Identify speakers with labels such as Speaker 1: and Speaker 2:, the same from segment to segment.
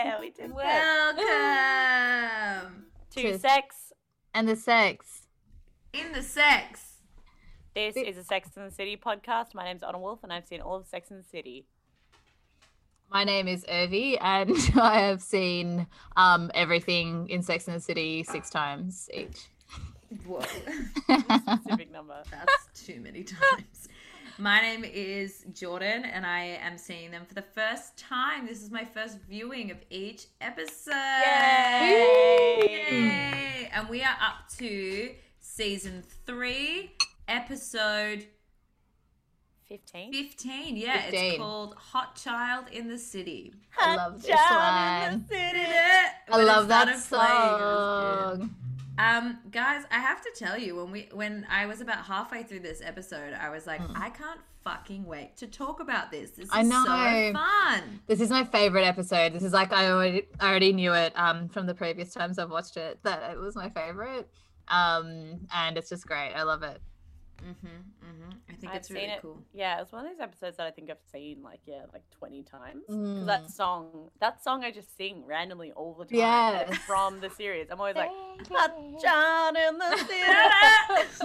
Speaker 1: Yeah, we did. that.
Speaker 2: Welcome
Speaker 1: to
Speaker 3: True.
Speaker 1: sex.
Speaker 3: and the sex.
Speaker 2: in the sex.
Speaker 1: This
Speaker 3: Be-
Speaker 1: is a Sex and the City podcast. My name's Honor Wolf, and I've seen all of Sex and the City.
Speaker 3: My name is Irvi, and I have seen um, everything in Sex and the City six times each.
Speaker 2: Whoa,
Speaker 1: Specific number.
Speaker 2: that's too many times. My name is Jordan, and I am seeing them for the first time. This is my first viewing of each episode.
Speaker 1: Yay!
Speaker 2: Yay! And we are up to season three, episode
Speaker 1: 15.
Speaker 2: 15. Yeah,
Speaker 3: 15.
Speaker 2: it's called Hot Child in the City.
Speaker 3: I love this
Speaker 1: Child in the
Speaker 2: Did
Speaker 1: city.
Speaker 2: it? When
Speaker 3: I
Speaker 2: it
Speaker 3: love that
Speaker 2: started playing, it was good.
Speaker 3: song.
Speaker 2: Um, guys, I have to tell you, when we when I was about halfway through this episode, I was like, I can't fucking wait to talk about this. This is
Speaker 3: Hmm. I know.
Speaker 2: so fun.
Speaker 3: This is my favorite episode. This is like I already, I already knew it um, from the previous times I've watched it that it was my favorite, um, and it's just great. I love it.
Speaker 2: hmm hmm I think
Speaker 1: Mm-hmm, I've
Speaker 2: it's really
Speaker 1: seen it.
Speaker 2: cool.
Speaker 1: Yeah, it's one of those episodes that I think I've seen like yeah, like twenty times. 'Cause
Speaker 3: Mm.
Speaker 1: That song, that song I just sing randomly all the time like,
Speaker 3: Yes.
Speaker 1: from the series. I'm always like,
Speaker 3: Thank you.
Speaker 1: John in the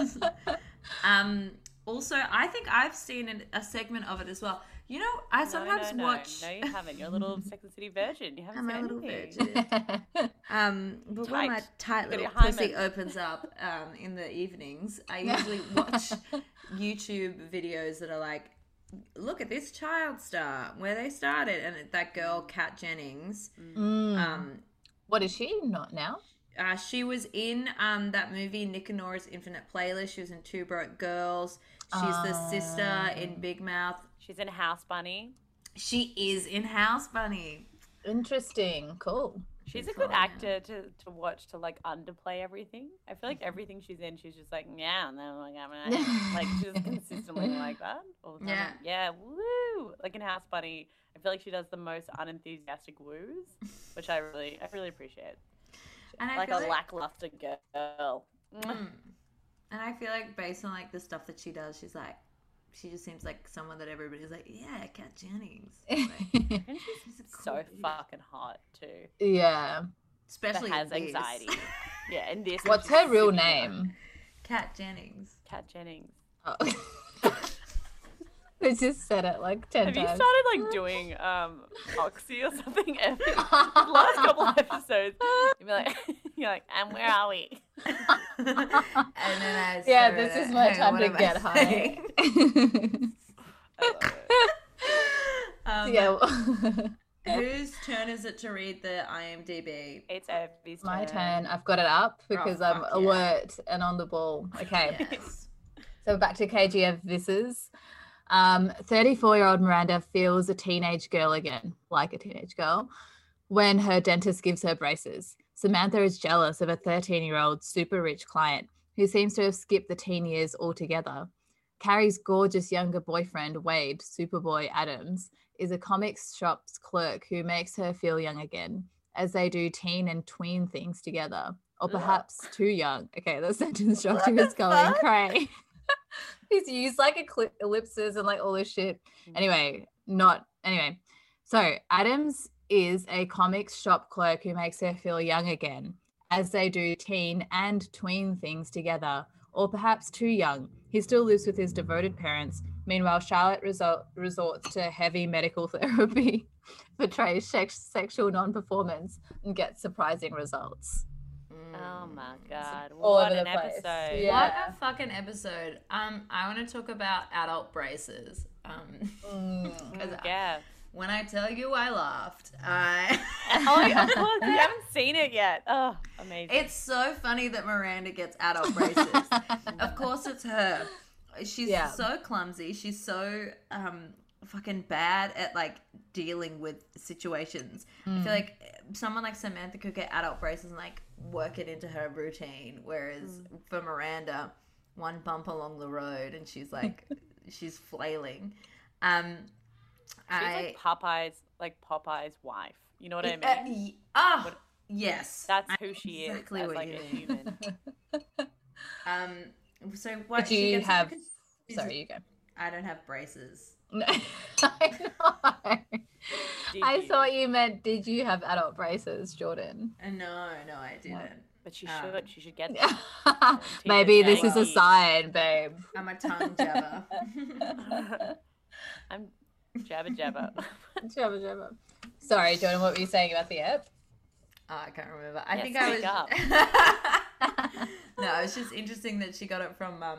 Speaker 1: city.
Speaker 2: um, also, I think I've seen an, a segment of it as well. You know, I sometimes
Speaker 1: no, no,
Speaker 2: watch.
Speaker 1: No, you haven't. You're a little Sex and the City virgin. You haven't
Speaker 2: I'm
Speaker 1: seen
Speaker 2: a little
Speaker 1: anything.
Speaker 2: virgin. Um, but when my
Speaker 1: Tight.
Speaker 2: tight
Speaker 1: Got
Speaker 2: little
Speaker 1: your
Speaker 2: pussy
Speaker 1: hymen.
Speaker 2: opens up um, in the evenings, I
Speaker 3: Yeah.
Speaker 2: usually watch YouTube videos that are like, "Look at this child star, where they started," and it- that girl Kat Jennings.
Speaker 3: Mm.
Speaker 2: Um,
Speaker 3: what is she not now?
Speaker 2: uh, she was in um, that movie Nick and Nora's Infinite Playlist. She was in Two Broke Girls. She's the sister
Speaker 1: Oh.
Speaker 2: in Big Mouth.
Speaker 1: She's in House Bunny.
Speaker 2: She is in House Bunny.
Speaker 3: Interesting. Cool.
Speaker 1: She's
Speaker 2: She's
Speaker 1: a good
Speaker 2: hot, yeah.
Speaker 1: actor to, to watch to like underplay everything. I feel
Speaker 2: Mm-hmm.
Speaker 1: like everything she's in, she's just like yeah, no, like I'm not-" like she's just consistently like that all the time.
Speaker 2: Yeah.
Speaker 1: Like, yeah, woo! Like in House Bunny, I feel like she does the most unenthusiastic woos, which I really, I really appreciate.
Speaker 2: And I
Speaker 1: like a
Speaker 2: feel like-
Speaker 1: lackluster girl. Mm.
Speaker 2: Mm. And I feel like based on like the stuff that she does, she's like, she just seems like someone that everybody's like, yeah, Kat Jennings. Like,
Speaker 1: And she's
Speaker 2: she's a cool
Speaker 1: so
Speaker 2: bitch.
Speaker 1: fucking hot too.
Speaker 3: yeah.
Speaker 1: That
Speaker 2: Especially
Speaker 1: has
Speaker 2: in this.
Speaker 1: anxiety. yeah, and this. and
Speaker 3: What's
Speaker 1: she's
Speaker 3: her real
Speaker 1: sitting there.
Speaker 3: name?
Speaker 2: Kat Jennings.
Speaker 1: Kat Jennings.
Speaker 3: Oh. they just said it like ten
Speaker 1: Have you
Speaker 3: times.
Speaker 1: started like doing um oxy or something? every- the last couple of episodes, you'd be like, you're like, and where are we?
Speaker 2: and then I
Speaker 3: yeah,
Speaker 2: started
Speaker 3: this
Speaker 2: at,
Speaker 3: is my
Speaker 2: "Hey,
Speaker 3: time
Speaker 2: what
Speaker 3: to
Speaker 2: am I
Speaker 3: get high.
Speaker 2: saying?"
Speaker 1: I love it.
Speaker 2: um,
Speaker 3: yeah.
Speaker 2: Whose turn is it to read the IMDb?
Speaker 1: It's Evie's
Speaker 3: My turn. I've got it up because I'm
Speaker 2: fuck yeah.
Speaker 3: alert and on the ball. Okay.
Speaker 2: Yes.
Speaker 3: So back to KGF Visses. Um, 34-year-old Miranda feels a teenage girl again, like a teenage girl, when her dentist gives her braces. Samantha is jealous of a 13-year-old super rich client who seems to have skipped the teen years altogether. Carrie's gorgeous younger boyfriend, Wade, Superboy Adams, is a comic shop's clerk who makes her feel young again, as they do teen and tween things together. Or
Speaker 1: Ugh.
Speaker 3: perhaps too young. Okay, that sentence structure
Speaker 1: the
Speaker 3: is going
Speaker 1: fuck?
Speaker 3: cray. He's used like eclip- ellipses and like all this shit. Anyway, not anyway. So Adams is a comics shop clerk who makes her feel young again, as they do teen and tween things together, or perhaps too young. He still lives with his devoted parents. Meanwhile, Charlotte resort- resorts to heavy medical therapy, betrays sex- sexual non-performance, and gets surprising results.
Speaker 1: Oh my
Speaker 2: Mm.
Speaker 1: god!
Speaker 3: all
Speaker 1: what
Speaker 3: over
Speaker 1: an
Speaker 3: the place.
Speaker 1: episode!
Speaker 3: Um, Yeah.
Speaker 2: What a fucking episode. Um, I want to talk about adult braces. Um,
Speaker 1: Mm,
Speaker 2: I-
Speaker 1: Yeah.
Speaker 2: when I tell you I laughed, I.
Speaker 1: Oh, yeah, of course. You haven't seen it yet. Oh, amazing.
Speaker 2: it's so funny that Miranda gets adult braces. of course, it's her. She's
Speaker 3: Yeah.
Speaker 2: so clumsy. She's so um fucking bad at like dealing with situations.
Speaker 3: Hmm.
Speaker 2: I
Speaker 1: Mm.
Speaker 2: feel like someone like Samantha could get adult braces and like work it into her routine, whereas
Speaker 1: Mm.
Speaker 2: for Miranda, one bump along the road and she's like she's flailing. Um,
Speaker 1: She's
Speaker 2: I
Speaker 1: like Popeye's, like Popeye's wife. You know what I mean?
Speaker 2: Uh, y-
Speaker 4: ah,
Speaker 2: oh,
Speaker 1: What-
Speaker 2: yes,
Speaker 1: That's
Speaker 2: I
Speaker 1: who she is.
Speaker 2: exactly
Speaker 1: as,
Speaker 2: what
Speaker 1: like
Speaker 2: you
Speaker 1: a
Speaker 2: mean.
Speaker 1: human.
Speaker 2: Um, so what
Speaker 3: Did
Speaker 2: she
Speaker 3: you
Speaker 2: gets
Speaker 3: have
Speaker 2: like a-
Speaker 3: Sorry, you go.
Speaker 4: I don't have braces.
Speaker 3: No. I know.
Speaker 1: Did
Speaker 3: I
Speaker 1: you?
Speaker 3: thought you meant, did you have adult braces, Jordan?
Speaker 4: Uh, No, no, I didn't.
Speaker 1: But she
Speaker 4: Um,
Speaker 1: should. She should get
Speaker 3: Yeah.
Speaker 1: that.
Speaker 3: Maybe this is a E.
Speaker 1: Teenage
Speaker 3: sign, babe.
Speaker 4: I'm a tongue jabber.
Speaker 1: anxiety. I'm jabber jabber.
Speaker 3: Jabba jabba. Sorry, Jordan, what were you saying about the app?
Speaker 4: Oh, I can't remember. I
Speaker 1: Yeah,
Speaker 4: think I
Speaker 1: speak
Speaker 4: was. no, it's just interesting that she got it from um,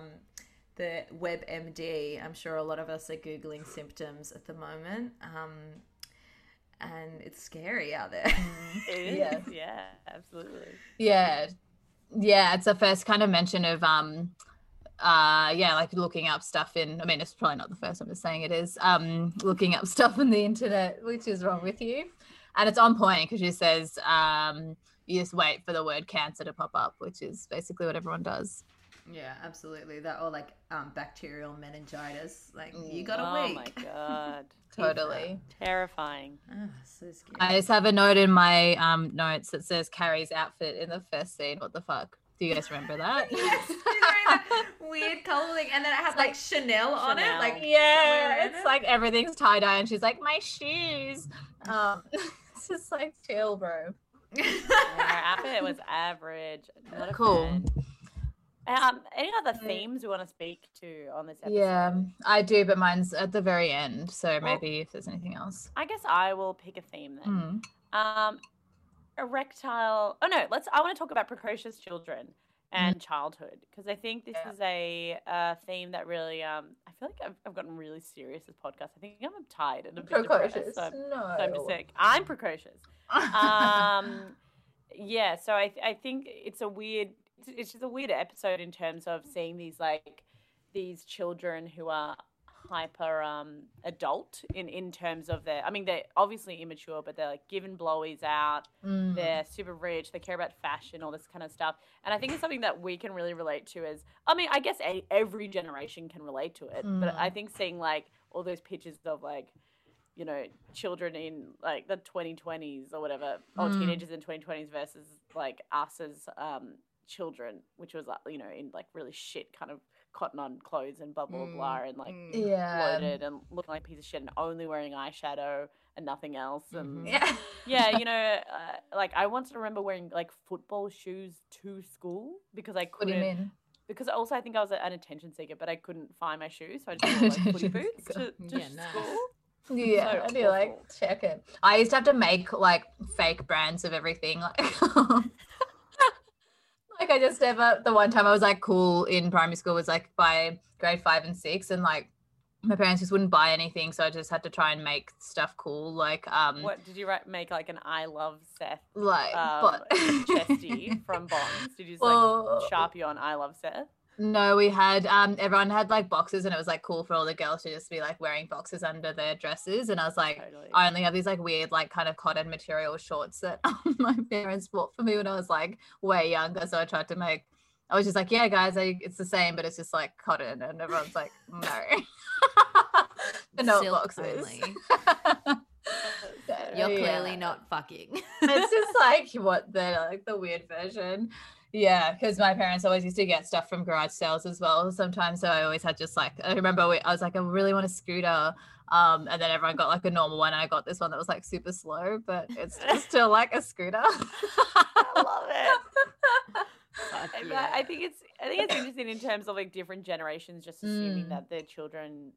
Speaker 4: the WebMD. I'm sure a lot of us are googling symptoms at the moment, um, and it's scary out there.
Speaker 1: It is,
Speaker 3: Yes.
Speaker 1: Yeah. Absolutely.
Speaker 3: Yeah. Yeah, it's the first kind of mention of um uh yeah, like looking up stuff in I mean it's probably not the first time it's saying it is, um looking up stuff on the internet, which is wrong with you. And it's on point because she says um you just wait for the word cancer to pop up, which is basically what everyone does.
Speaker 4: yeah, absolutely. That or like um, bacterial meningitis. Like you
Speaker 3: Mm.
Speaker 4: got
Speaker 1: oh
Speaker 4: a week.
Speaker 1: my god.
Speaker 3: Totally.
Speaker 1: Terrifying.
Speaker 4: Ah, so scary.
Speaker 3: I just have a note in my um notes that says Carrie's outfit in the first scene. What the fuck? Do you guys remember that?
Speaker 4: yes, she's wearing that weird coloring, and then it has
Speaker 3: It's
Speaker 4: like,
Speaker 3: like
Speaker 4: Chanel on it.
Speaker 1: Chanel.
Speaker 4: Like somewhere
Speaker 3: Yeah,
Speaker 4: in
Speaker 3: it's
Speaker 4: it.
Speaker 3: like everything's tie dye, and she's like, my shoes. Um, it's just like chill, bro.
Speaker 1: And her outfit was average. Not a
Speaker 3: Cool.
Speaker 1: fan. Um, any other
Speaker 3: So-
Speaker 1: themes we want to speak to on this episode?
Speaker 3: Yeah, um, I do, but mine's at the very end, so
Speaker 1: Well-
Speaker 3: maybe if there's anything else.
Speaker 1: I guess I will pick a theme then.
Speaker 3: Mm.
Speaker 1: Um, erectile. Oh no, let's. I want to talk about precocious children and childhood because I think this
Speaker 3: Hmm. Yeah.
Speaker 1: is a uh, theme that really. Um, I feel like I've, I've gotten really serious this podcast. I think I'm tired and a bit depressed,
Speaker 3: Precocious. Oh,
Speaker 1: So I'm,
Speaker 3: no.
Speaker 1: so I'm just saying, I'm precocious. Um, yeah. So I I think it's a weird. it's- It's just a weird episode in terms of seeing these like these children who are hyper um adult in in terms of their i mean they're obviously immature but they're like giving blowies out
Speaker 3: Mm.
Speaker 1: they're super rich they care about fashion all this kind of stuff and i think it's something that we can really relate to as i mean i guess a, every generation can relate to it but
Speaker 3: Mm.
Speaker 1: i think seeing like all those pictures of like you know children in like the 2020s or whatever or
Speaker 3: Mm.
Speaker 1: teenagers in 2020s versus like us as um children which was like you know in like really shit kind of cotton on clothes and blah blah
Speaker 4: Mm,
Speaker 1: blah and like
Speaker 4: Mm.
Speaker 3: Yeah.
Speaker 1: bloated and looking like a piece of shit and only wearing eyeshadow and nothing else and
Speaker 4: Mhm.
Speaker 3: Yeah.
Speaker 1: yeah, you know, uh, like I once remember wearing like football shoes to school because I
Speaker 3: What do
Speaker 1: couldn't.
Speaker 3: you mean?
Speaker 1: Because also I think I was an attention seeker, but I couldn't find my shoes, so I just wore like footy
Speaker 3: Attention
Speaker 1: boots to,
Speaker 3: seeker.
Speaker 1: to
Speaker 4: Yeah, nice.
Speaker 1: school.
Speaker 3: Yeah,
Speaker 1: so
Speaker 3: I do like
Speaker 1: awful.
Speaker 3: check it. I used to have to make like fake brands of everything. Like, like I just never the one time I was like cool in primary school was like by grade five and six, and like my parents just wouldn't buy anything, so I just had to try and make stuff cool. Like um,
Speaker 1: What did you write, make like an I love Seth
Speaker 3: like
Speaker 1: um,
Speaker 3: but
Speaker 1: chesty from Bonds? Did you just like
Speaker 3: Or-
Speaker 1: sharpie on I love Seth?
Speaker 3: No, we had um everyone had like boxes and it was like cool for all the girls to just be like wearing boxes under their dresses and I was like
Speaker 1: Totally.
Speaker 3: I only have these like weird like kind of cotton material shorts that my parents bought for me when I was like way younger so I tried to make I was just like yeah guys I, it's the same but it's just like cotton and everyone's like no but not
Speaker 4: Silk
Speaker 3: boxes
Speaker 4: only.
Speaker 1: That's
Speaker 4: You're
Speaker 1: so-
Speaker 4: clearly
Speaker 3: Yeah.
Speaker 4: not fucking.
Speaker 3: it's just like what the like the weird version yeah because my parents always used to get stuff from garage sales as well sometimes so i always had just like i remember we, i was like i really want a scooter um and then everyone got like a normal one and i got this one that was like super slow but it's just still like a scooter
Speaker 1: I love it.
Speaker 4: Fuck
Speaker 1: I- but
Speaker 4: yeah.
Speaker 1: I think it's I think it's interesting in terms of like different generations just assuming
Speaker 3: Mm.
Speaker 1: that their children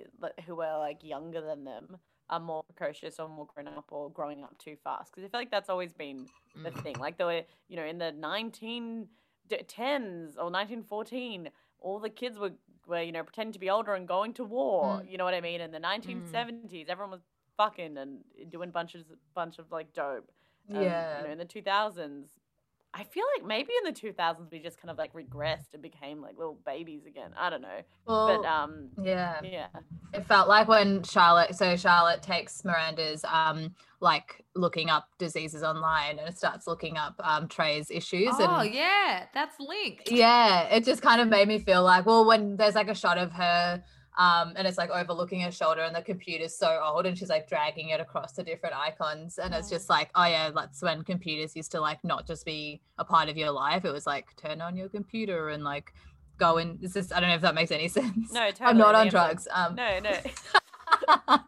Speaker 1: i- like, who are like younger than them are more precocious or more grown up or growing up too fast because I feel like that's always been the
Speaker 4: Mm.
Speaker 1: thing like they were you know in the 1910s or 1914 all the kids were, were you know pretending to be older and going to war
Speaker 4: Mm.
Speaker 1: you know what I mean in the 1970s everyone was fucking and eh, doing bunches bunch of like dope um,
Speaker 3: yeah
Speaker 1: You know, in the 2000s, I feel like maybe in the 2000s we just kind of like regressed and became like little babies again. I don't know.
Speaker 3: well,
Speaker 1: but um,
Speaker 3: yeah
Speaker 1: yeah.
Speaker 3: It felt like when Charlotte, so Charlotte takes Miranda's um like looking up diseases online and starts looking up um Trey's issues
Speaker 4: Oh
Speaker 3: and
Speaker 4: yeah, that's linked.
Speaker 3: yeah, it just kind of made me feel like well when there's like a shot of her um and it's like overlooking her shoulder and the computer's so old and she's like dragging it across the different icons and it's
Speaker 1: Mm.
Speaker 3: just like oh yeah, that's when computers used to like not just be a part of your life, it was like turn on your computer and like go and it's just I don't know if that makes any sense.
Speaker 1: No, totally.
Speaker 3: I'm not on
Speaker 1: the
Speaker 3: drugs. Um,
Speaker 1: envelope- No, no.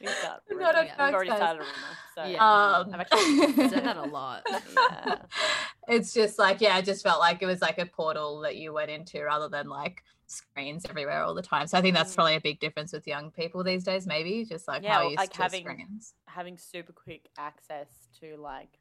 Speaker 1: We start
Speaker 3: I'm
Speaker 1: a
Speaker 3: not
Speaker 1: rumor.
Speaker 3: on
Speaker 1: We've
Speaker 3: drugs,
Speaker 1: already
Speaker 3: guys.
Speaker 1: started a rumor, so
Speaker 2: Yeah.
Speaker 3: um,
Speaker 2: I've actually said that a lot.
Speaker 1: yeah.
Speaker 3: it's just like yeah, I just felt like it was like a portal that you went into rather than like screens everywhere all the time. So I think that's
Speaker 1: Mm.
Speaker 3: probably a big difference with young people these days. Maybe just like
Speaker 1: Yeah,
Speaker 3: how
Speaker 1: or,
Speaker 3: used
Speaker 1: like,
Speaker 3: to
Speaker 1: having-
Speaker 3: screens
Speaker 1: having super quick access to like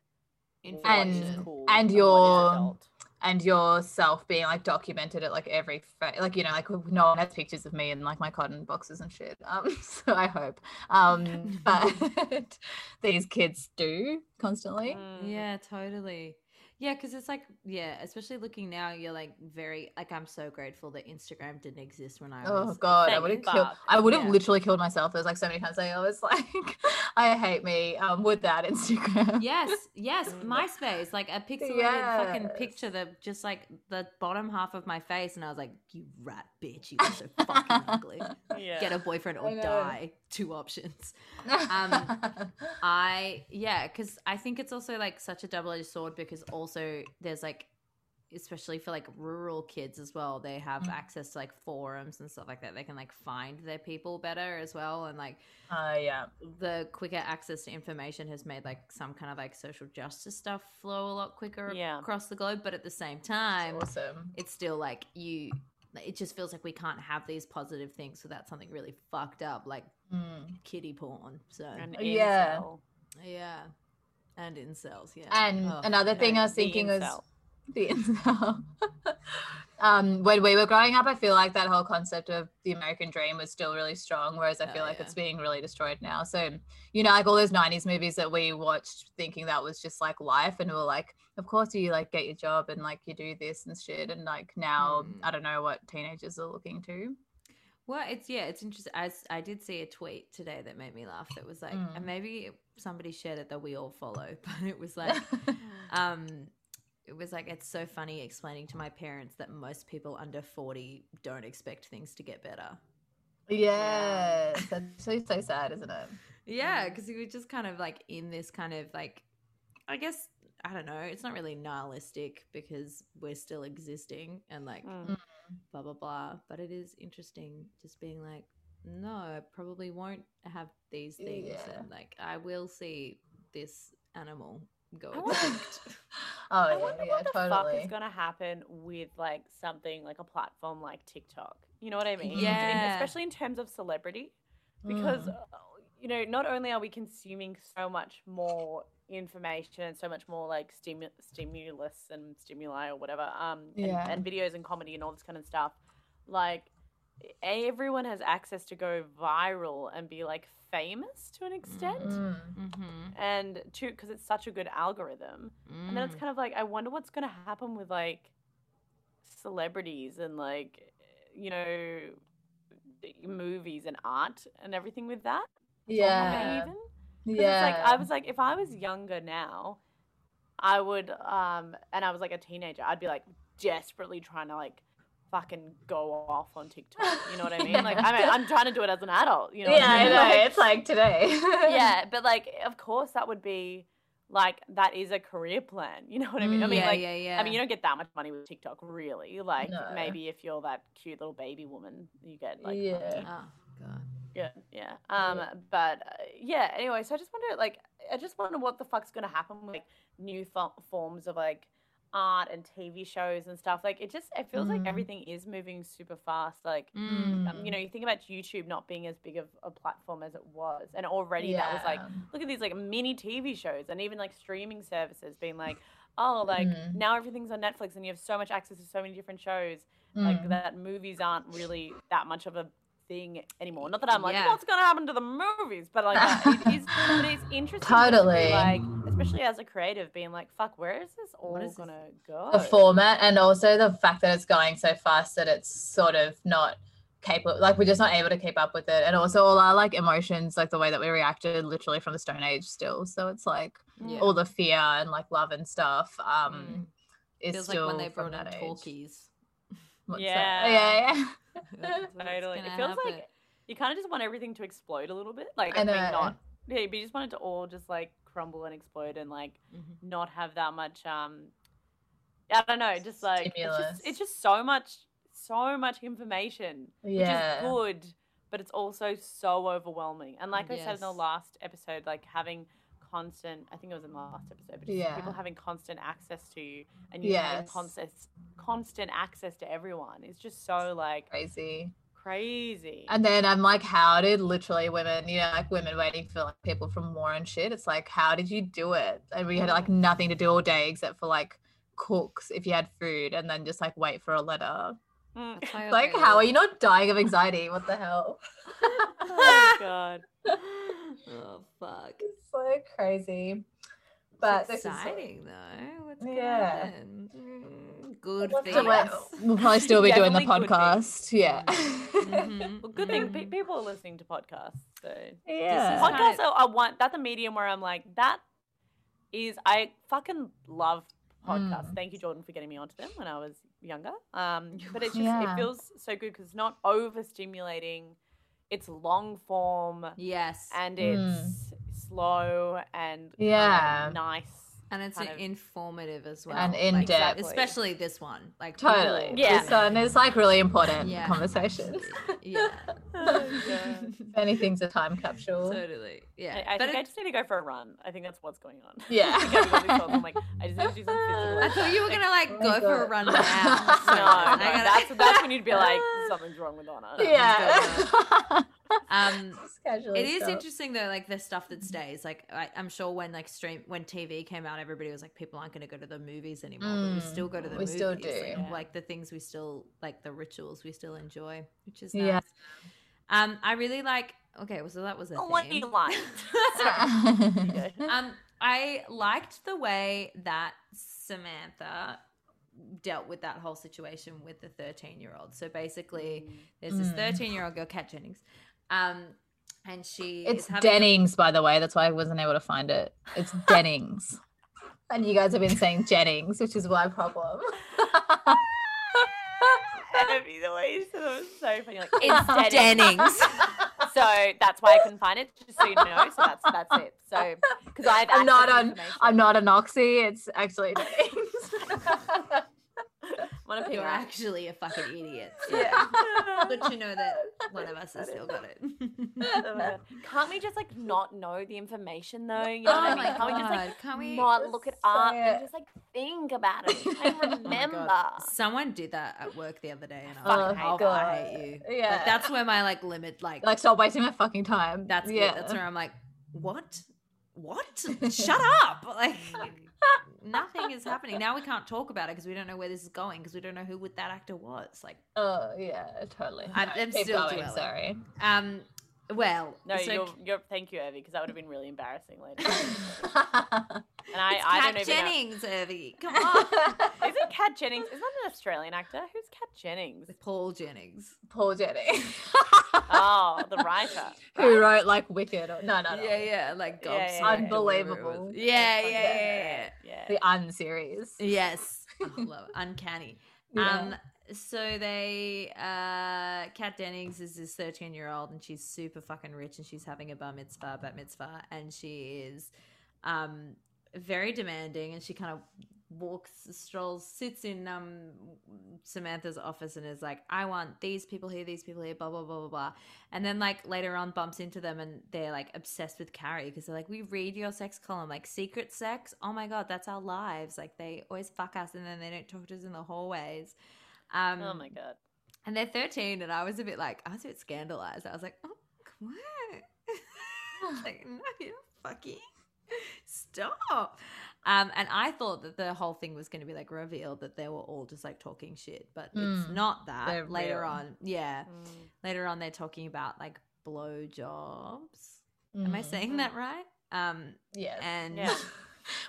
Speaker 1: what is
Speaker 2: Information.
Speaker 1: cool
Speaker 3: and
Speaker 1: what is
Speaker 3: your-
Speaker 1: adult.
Speaker 3: and yourself being like documented at like every fa- like you know like no one has pictures of me in like my cotton boxes and shit. Um, so I hope. Um, but these kids do constantly.
Speaker 1: Mm.
Speaker 2: Yeah, totally. Yeah, because it's like, yeah, especially looking now, you're like very like I'm so grateful that Instagram didn't exist when I
Speaker 3: Oh
Speaker 2: was. a
Speaker 3: god, I
Speaker 1: Thank
Speaker 3: would have
Speaker 2: kid.
Speaker 3: killed.
Speaker 1: fuck.
Speaker 3: I would have
Speaker 2: Yeah.
Speaker 3: literally killed myself. There's like so many times I was like, I hate me. Um, with that Instagram.
Speaker 2: Yes, yes,
Speaker 1: Mm.
Speaker 2: MySpace, like a pixelated fucking picture that just like the bottom half of my face, and I was like, "You rat bitch, you are so fucking ugly.
Speaker 1: yeah.
Speaker 2: Get a boyfriend
Speaker 3: I
Speaker 2: or
Speaker 3: know.
Speaker 2: die." Two options. Um, I yeah, because I think it's also like such a double edged sword because also there's like, especially for like rural kids as well, they have
Speaker 3: Mm.
Speaker 2: access to like forums and stuff like that. They can like find their people better as well, and like
Speaker 3: Uh, yeah.
Speaker 2: the quicker access to information has made like some kind of like social justice stuff flow a lot quicker
Speaker 1: Yeah.
Speaker 2: across the globe. But at the same
Speaker 3: It's
Speaker 2: time,
Speaker 3: awesome.
Speaker 2: it's still like you. It just feels like we can't have these positive things without something really fucked up, like
Speaker 3: Mm.
Speaker 2: kitty porn. So
Speaker 1: An
Speaker 3: Yeah.
Speaker 1: incel.
Speaker 2: yeah. And incels, yeah.
Speaker 3: And
Speaker 2: Oh,
Speaker 3: another
Speaker 2: yeah.
Speaker 3: thing I was
Speaker 1: The
Speaker 3: thinking was
Speaker 1: incel.
Speaker 3: the incel. um, when we were growing up, I feel like that whole concept of the American dream was still really strong, whereas I
Speaker 2: Oh,
Speaker 3: feel like
Speaker 2: yeah.
Speaker 3: it's being really destroyed now. So, you know, like all those 90s movies that we watched thinking that was just like life, and we were like, of course, you like get your job and like you do this and shit. And like now,
Speaker 1: Hmm.
Speaker 2: Mm.
Speaker 3: I don't know what teenagers are looking to.
Speaker 2: Well, it's yeah, it's interesting. I, s- I did see a tweet today that made me laugh. That was like,
Speaker 3: Mm.
Speaker 2: and maybe it- somebody shared it that we all follow, but it was like, um, it was like it's so funny explaining to my parents that most people under forty don't expect things to get better.
Speaker 3: yeah. That's so, so sad, isn't it?
Speaker 2: Yeah, because you were just kind of like in this kind of like, I guess I don't know. It's not really nihilistic because we're still existing and like
Speaker 1: Mm.
Speaker 2: blah blah blah. But it is interesting just being like, no, I probably won't have these things,
Speaker 3: Yeah.
Speaker 2: and like I will see this animal go
Speaker 1: I wonder-
Speaker 2: extinct.
Speaker 3: Oh,
Speaker 1: I
Speaker 3: yeah,
Speaker 1: wonder
Speaker 3: yeah,
Speaker 1: what the
Speaker 3: totally.
Speaker 1: fuck is gonna happen with like something like a platform like TikTok. You know what I mean? In-
Speaker 2: Yeah.
Speaker 1: especially in terms of celebrity, because
Speaker 3: Mm.
Speaker 1: uh, you know not only are we consuming so much more information and so much more like stimu- stimulus and stimuli or whatever, um, and,
Speaker 3: Yeah.
Speaker 1: and videos and comedy and all this kind of stuff, like everyone has access to go viral and be like famous to an extent.
Speaker 3: Mm.
Speaker 2: mm-hmm.
Speaker 1: And two, because it's such a good algorithm, and then it's kind of like, I wonder what's going to happen with like celebrities and like, you know, movies and art and everything with that. or comedy
Speaker 3: Yeah.
Speaker 1: Even. 'Cause
Speaker 3: Yeah.
Speaker 1: It's like, I was like, if I was younger now, I would, um, and I was like a teenager, I'd be like desperately trying to like fucking go off on TikTok. You know what I mean? Like, I mean, I'm trying to do it as an adult, you know? what
Speaker 3: yeah,
Speaker 1: I
Speaker 3: I
Speaker 1: mean?
Speaker 3: know.
Speaker 1: Like-
Speaker 3: It's like today.
Speaker 1: yeah, but like, of course, that would be like that is a career plan. You know what I mean? I
Speaker 3: Mm,
Speaker 1: mean,
Speaker 2: yeah,
Speaker 1: like,
Speaker 2: yeah, yeah.
Speaker 1: I mean, you don't get that much money with TikTok, really. Like,
Speaker 3: No.
Speaker 1: maybe if you're that cute little baby woman, you get like,
Speaker 3: Yeah.
Speaker 1: money.
Speaker 2: Oh god.
Speaker 1: yeah, yeah. Um, but uh, yeah. Anyway, so I just wonder, like, I just wonder what the fuck's gonna happen with like new fo- forms of like art and TV shows and stuff. Like, it just it feels like
Speaker 3: Mm.
Speaker 1: everything is moving super fast. Like, um,
Speaker 3: Mm-hmm.
Speaker 1: you know, you think about YouTube not being as big of a platform as it was, and already that was like, look at these like mini TV shows, and even like streaming services being like, oh, like
Speaker 3: Mm.
Speaker 1: now everything's on Netflix, and you have so much access to so many different shows,
Speaker 3: Mm.
Speaker 1: like that movies aren't really that much of a thing anymore. Not that I'm like,
Speaker 2: Yeah.
Speaker 1: what's gonna happen to the movies, but like, uh, it is, but it's interesting. to be
Speaker 3: Totally.
Speaker 1: like, especially as a creative, being like, fuck, where is this all
Speaker 2: is this-
Speaker 1: gonna go?
Speaker 3: the format and also the fact that it's going so fast that it's sort of not capable like we're just not able to keep up with it and also all our like emotions like the way that we reacted literally from the stone age still so it's like
Speaker 2: Yeah.
Speaker 3: all the fear and like love and stuff um
Speaker 2: Mm.
Speaker 3: is
Speaker 2: Feels like
Speaker 3: still
Speaker 2: when they
Speaker 3: from
Speaker 2: brought in
Speaker 3: that age.
Speaker 2: talkies.
Speaker 3: What's that?
Speaker 1: Yeah.
Speaker 3: Oh, yeah yeah
Speaker 2: That's what's
Speaker 1: Totally.
Speaker 2: gonna
Speaker 1: It feels
Speaker 2: happen.
Speaker 1: like you kind of just want everything to explode a little bit. Like,
Speaker 3: I
Speaker 1: I mean,
Speaker 3: know.
Speaker 1: not. Yeah, but you just want it to all just like crumble and explode and like
Speaker 2: Mhm.
Speaker 1: not have that much. um I don't know, just like it's
Speaker 3: Stimulus.
Speaker 1: just, it's just so much so much information,
Speaker 3: yeah.
Speaker 1: which is good, but it's also so overwhelming. And like I said in the
Speaker 2: Yes.
Speaker 1: last episode, like having constant, I think it was in the last episode, but just
Speaker 3: Yeah.
Speaker 1: people having constant access to you and you having
Speaker 3: Yes.
Speaker 1: constant, constant access to everyone is just so like
Speaker 3: Crazy.
Speaker 1: crazy.
Speaker 3: And then I'm like, how did literally women, you know, like women waiting for like people from war and shit? It's like, how did you do it? And we had like nothing to do all day except for like cooks if you had food and then just like wait for a
Speaker 2: Oh
Speaker 3: letter.
Speaker 1: Mm.
Speaker 2: That's why I
Speaker 3: Like,
Speaker 2: wrote-
Speaker 3: how are you not dying of anxiety? What the hell?
Speaker 1: oh my god.
Speaker 2: Oh fuck!
Speaker 3: It's so crazy. But
Speaker 2: it's
Speaker 3: this is so-
Speaker 2: exciting though. What's
Speaker 3: Yeah.
Speaker 2: yeah. going on? Mm, Good
Speaker 3: We'll
Speaker 2: things.
Speaker 3: still- We'll probably still be
Speaker 1: Yeah,
Speaker 3: doing the
Speaker 1: definitely good
Speaker 3: podcast. Yeah.
Speaker 2: Mhm,
Speaker 1: Well, good
Speaker 3: Mm.
Speaker 1: thing pe-
Speaker 2: mhm.
Speaker 1: people are listening to podcasts. So
Speaker 2: This
Speaker 3: yeah.
Speaker 2: is-
Speaker 1: podcasts
Speaker 2: kinda-
Speaker 1: are, are one that's a medium where I'm like that is I fucking love podcasts. Thank you, Jordan, for getting me onto them when I was younger. Um,
Speaker 2: You're
Speaker 1: but it's just
Speaker 3: welcome. Yeah.
Speaker 1: it feels so good because it's not overstimulating. It's long form
Speaker 2: Yes, and,
Speaker 1: and
Speaker 3: Mm.
Speaker 1: it's slow and kinda
Speaker 3: Yeah.
Speaker 1: nice.
Speaker 2: it's
Speaker 1: kind
Speaker 2: an
Speaker 1: of-
Speaker 2: informative as well,
Speaker 3: And
Speaker 2: like,
Speaker 3: in-depth.
Speaker 2: especially this one. Like
Speaker 3: Totally.
Speaker 2: people-
Speaker 1: Yeah.
Speaker 3: This one is like really important
Speaker 2: Yeah,
Speaker 3: conversations.
Speaker 2: absolutely. Yeah,
Speaker 3: If anything's a time capsule.
Speaker 2: totally. Yeah,
Speaker 1: I, I
Speaker 2: but
Speaker 1: think I
Speaker 2: it-
Speaker 1: just need to go for a run. I think that's what's going on. I think I've got these
Speaker 3: yeah.
Speaker 1: thoughts, I'm like, I just need to do some physical
Speaker 2: I thought you were gonna like
Speaker 3: Oh
Speaker 2: go
Speaker 3: my
Speaker 2: for a
Speaker 3: God.
Speaker 2: run now. so
Speaker 1: no,
Speaker 2: I
Speaker 1: no,
Speaker 2: gotta-
Speaker 1: that's that's when you'd be like something's wrong with Anna.
Speaker 3: yeah.
Speaker 2: um.
Speaker 3: Just casual
Speaker 2: It is
Speaker 3: stuff.
Speaker 2: interesting though, like the stuff that stays. Like I, I'm sure when like stream when TV came out, everybody was like, people aren't going to go to the movies anymore. but we
Speaker 3: Mm,
Speaker 2: still go to the
Speaker 3: we
Speaker 2: movies.
Speaker 3: still
Speaker 2: Like,
Speaker 1: do.
Speaker 2: like, the things we still like the rituals we still enjoy, which is nice.
Speaker 3: Yeah.
Speaker 2: Um, I really like. Okay, well, so that was a
Speaker 1: Oh, what do
Speaker 2: theme.
Speaker 1: you like?
Speaker 2: um, I liked the way that Samantha dealt with that whole situation with the 13 year old. So basically, there's this
Speaker 3: Mm.
Speaker 2: 13 year old girl, Kat Jennings, um, and she
Speaker 3: It's
Speaker 2: is having a-
Speaker 3: Dennings, by the way. That's why I wasn't able to find it. It's Dennings. and you guys have been saying Jennings, which is my problem.
Speaker 1: That'd be the way you said it. It was so funny. Like,
Speaker 2: It's
Speaker 1: it's Denny.
Speaker 2: Dennings.
Speaker 1: So that's why I couldn't find it. Just so you know. So that's that's it. So because I have
Speaker 3: I'm not
Speaker 1: access to
Speaker 3: on-
Speaker 1: information.
Speaker 3: I'm not an oxy. It's actually Dennings.
Speaker 1: one of
Speaker 2: You're
Speaker 1: people.
Speaker 2: actually a fucking idiot.
Speaker 3: yeah.
Speaker 2: Good to know that one of us has still got it.
Speaker 1: Oh my God. Can't we just like not know the information though? You know what I mean? Can't we just like
Speaker 2: Can we?
Speaker 1: not
Speaker 3: Oh just
Speaker 1: look it
Speaker 3: say
Speaker 1: up
Speaker 3: it?
Speaker 1: and just like think about it
Speaker 3: Oh my
Speaker 1: and
Speaker 3: God.
Speaker 1: remember?
Speaker 2: Someone did that at work the other day, and
Speaker 1: Fuck,
Speaker 2: I was like,
Speaker 1: I
Speaker 2: oh, I hate
Speaker 3: God.
Speaker 2: you.
Speaker 3: Yeah.
Speaker 2: Like, that's where my like limit, like,
Speaker 3: like stop wasting my fucking time.
Speaker 2: that's yeah.
Speaker 3: yeah.
Speaker 2: That's where I'm like, what? What? Shut up! Like, nothing is happening. Now we can't talk about it because we don't know where this is going because we don't know who would that actor was. Like,
Speaker 3: Oh yeah, totally.
Speaker 2: I'm-
Speaker 3: No,
Speaker 2: I'm
Speaker 3: keep
Speaker 2: still
Speaker 3: going,
Speaker 2: dwelling.
Speaker 3: sorry.
Speaker 2: um, well,
Speaker 1: No,
Speaker 2: so
Speaker 1: you're, you're. Thank you, Evie, because that would have been really embarrassing later.
Speaker 3: Come
Speaker 1: And I,
Speaker 2: it's
Speaker 1: I
Speaker 2: Kat
Speaker 1: don't even know.
Speaker 2: Jennings, Evie. Come on, Ah.
Speaker 1: Isn't Kat Jennings? Isn't that an Australian actor? Who's Kat Jennings?
Speaker 2: with Paul Jennings.
Speaker 3: Paul Jennings,
Speaker 1: Oh, the writer.
Speaker 3: who wrote like Wicked? Or, no, no, no.
Speaker 2: Yeah, yeah, like
Speaker 1: Yeah, yeah,
Speaker 2: gobsmacked.
Speaker 1: yeah.
Speaker 2: or whatever it was.
Speaker 3: Unbelievable.
Speaker 2: Yeah, yeah,
Speaker 3: That's
Speaker 2: yeah,
Speaker 1: yeah,
Speaker 2: yeah,
Speaker 1: yeah.
Speaker 3: The Unseries.
Speaker 2: yeah. Yes, Oh, love it. uncanny. Um, so they, uh, Kat Dennings is this thirteen-year-old, and she's super fucking rich, and she's having a bar mitzvah, bat mitzvah, and she is, um, very demanding, and she kind of walks, strolls, sits in um Samantha's office, and is like, "I want these people here, these people here, blah blah blah blah blah." And then like later on bumps into them and they're like obsessed with Carrie because they're like, we read your sex column, like secret sex. Oh my god, that's our lives. Like they always fuck us and then they don't talk to us in the hallways. Um,
Speaker 1: Oh my god.
Speaker 2: And they're 13 and I was a bit like, I was a bit scandalized. I was like, oh, what? like, no, you're fucking. Stop. Um, and I thought that the whole thing was going to be like revealed that they were all just like talking shit, but it's
Speaker 3: Mm.
Speaker 2: not that.
Speaker 3: They're
Speaker 2: Later
Speaker 3: real.
Speaker 2: on, yeah
Speaker 1: Mm.
Speaker 2: later on they're talking about like blowjobs. Am I
Speaker 3: Mm,
Speaker 2: saying that right? Um,
Speaker 3: Yes.
Speaker 2: and
Speaker 1: Yeah.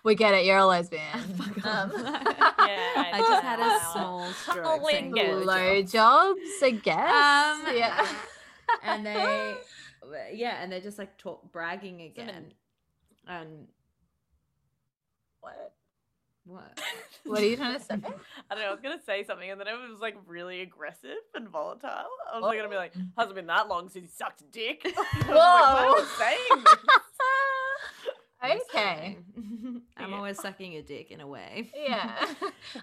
Speaker 3: we get it. You're a lesbian.
Speaker 2: Fuck
Speaker 3: Um,
Speaker 2: off.
Speaker 1: I
Speaker 2: I just had a
Speaker 1: Wow.
Speaker 2: small stroke.
Speaker 1: Holy
Speaker 2: saying
Speaker 1: Yeah.
Speaker 3: Low
Speaker 2: blowjobs.
Speaker 3: jobs, I guess.
Speaker 2: Um,
Speaker 3: yeah.
Speaker 2: and they, yeah, and they're just like talk, bragging again. And
Speaker 3: What?
Speaker 2: what?
Speaker 3: What are you trying to say?
Speaker 1: I don't know. I was gonna say something, and then it was like really aggressive and volatile. I was like, gonna be like,
Speaker 2: Oh.
Speaker 1: hasn't been that long since you sucked a dick. I was like, why am I saying this?
Speaker 3: Ah, Okay.
Speaker 2: I'm
Speaker 1: Yeah.
Speaker 2: always sucking your dick in a way.
Speaker 3: Yeah.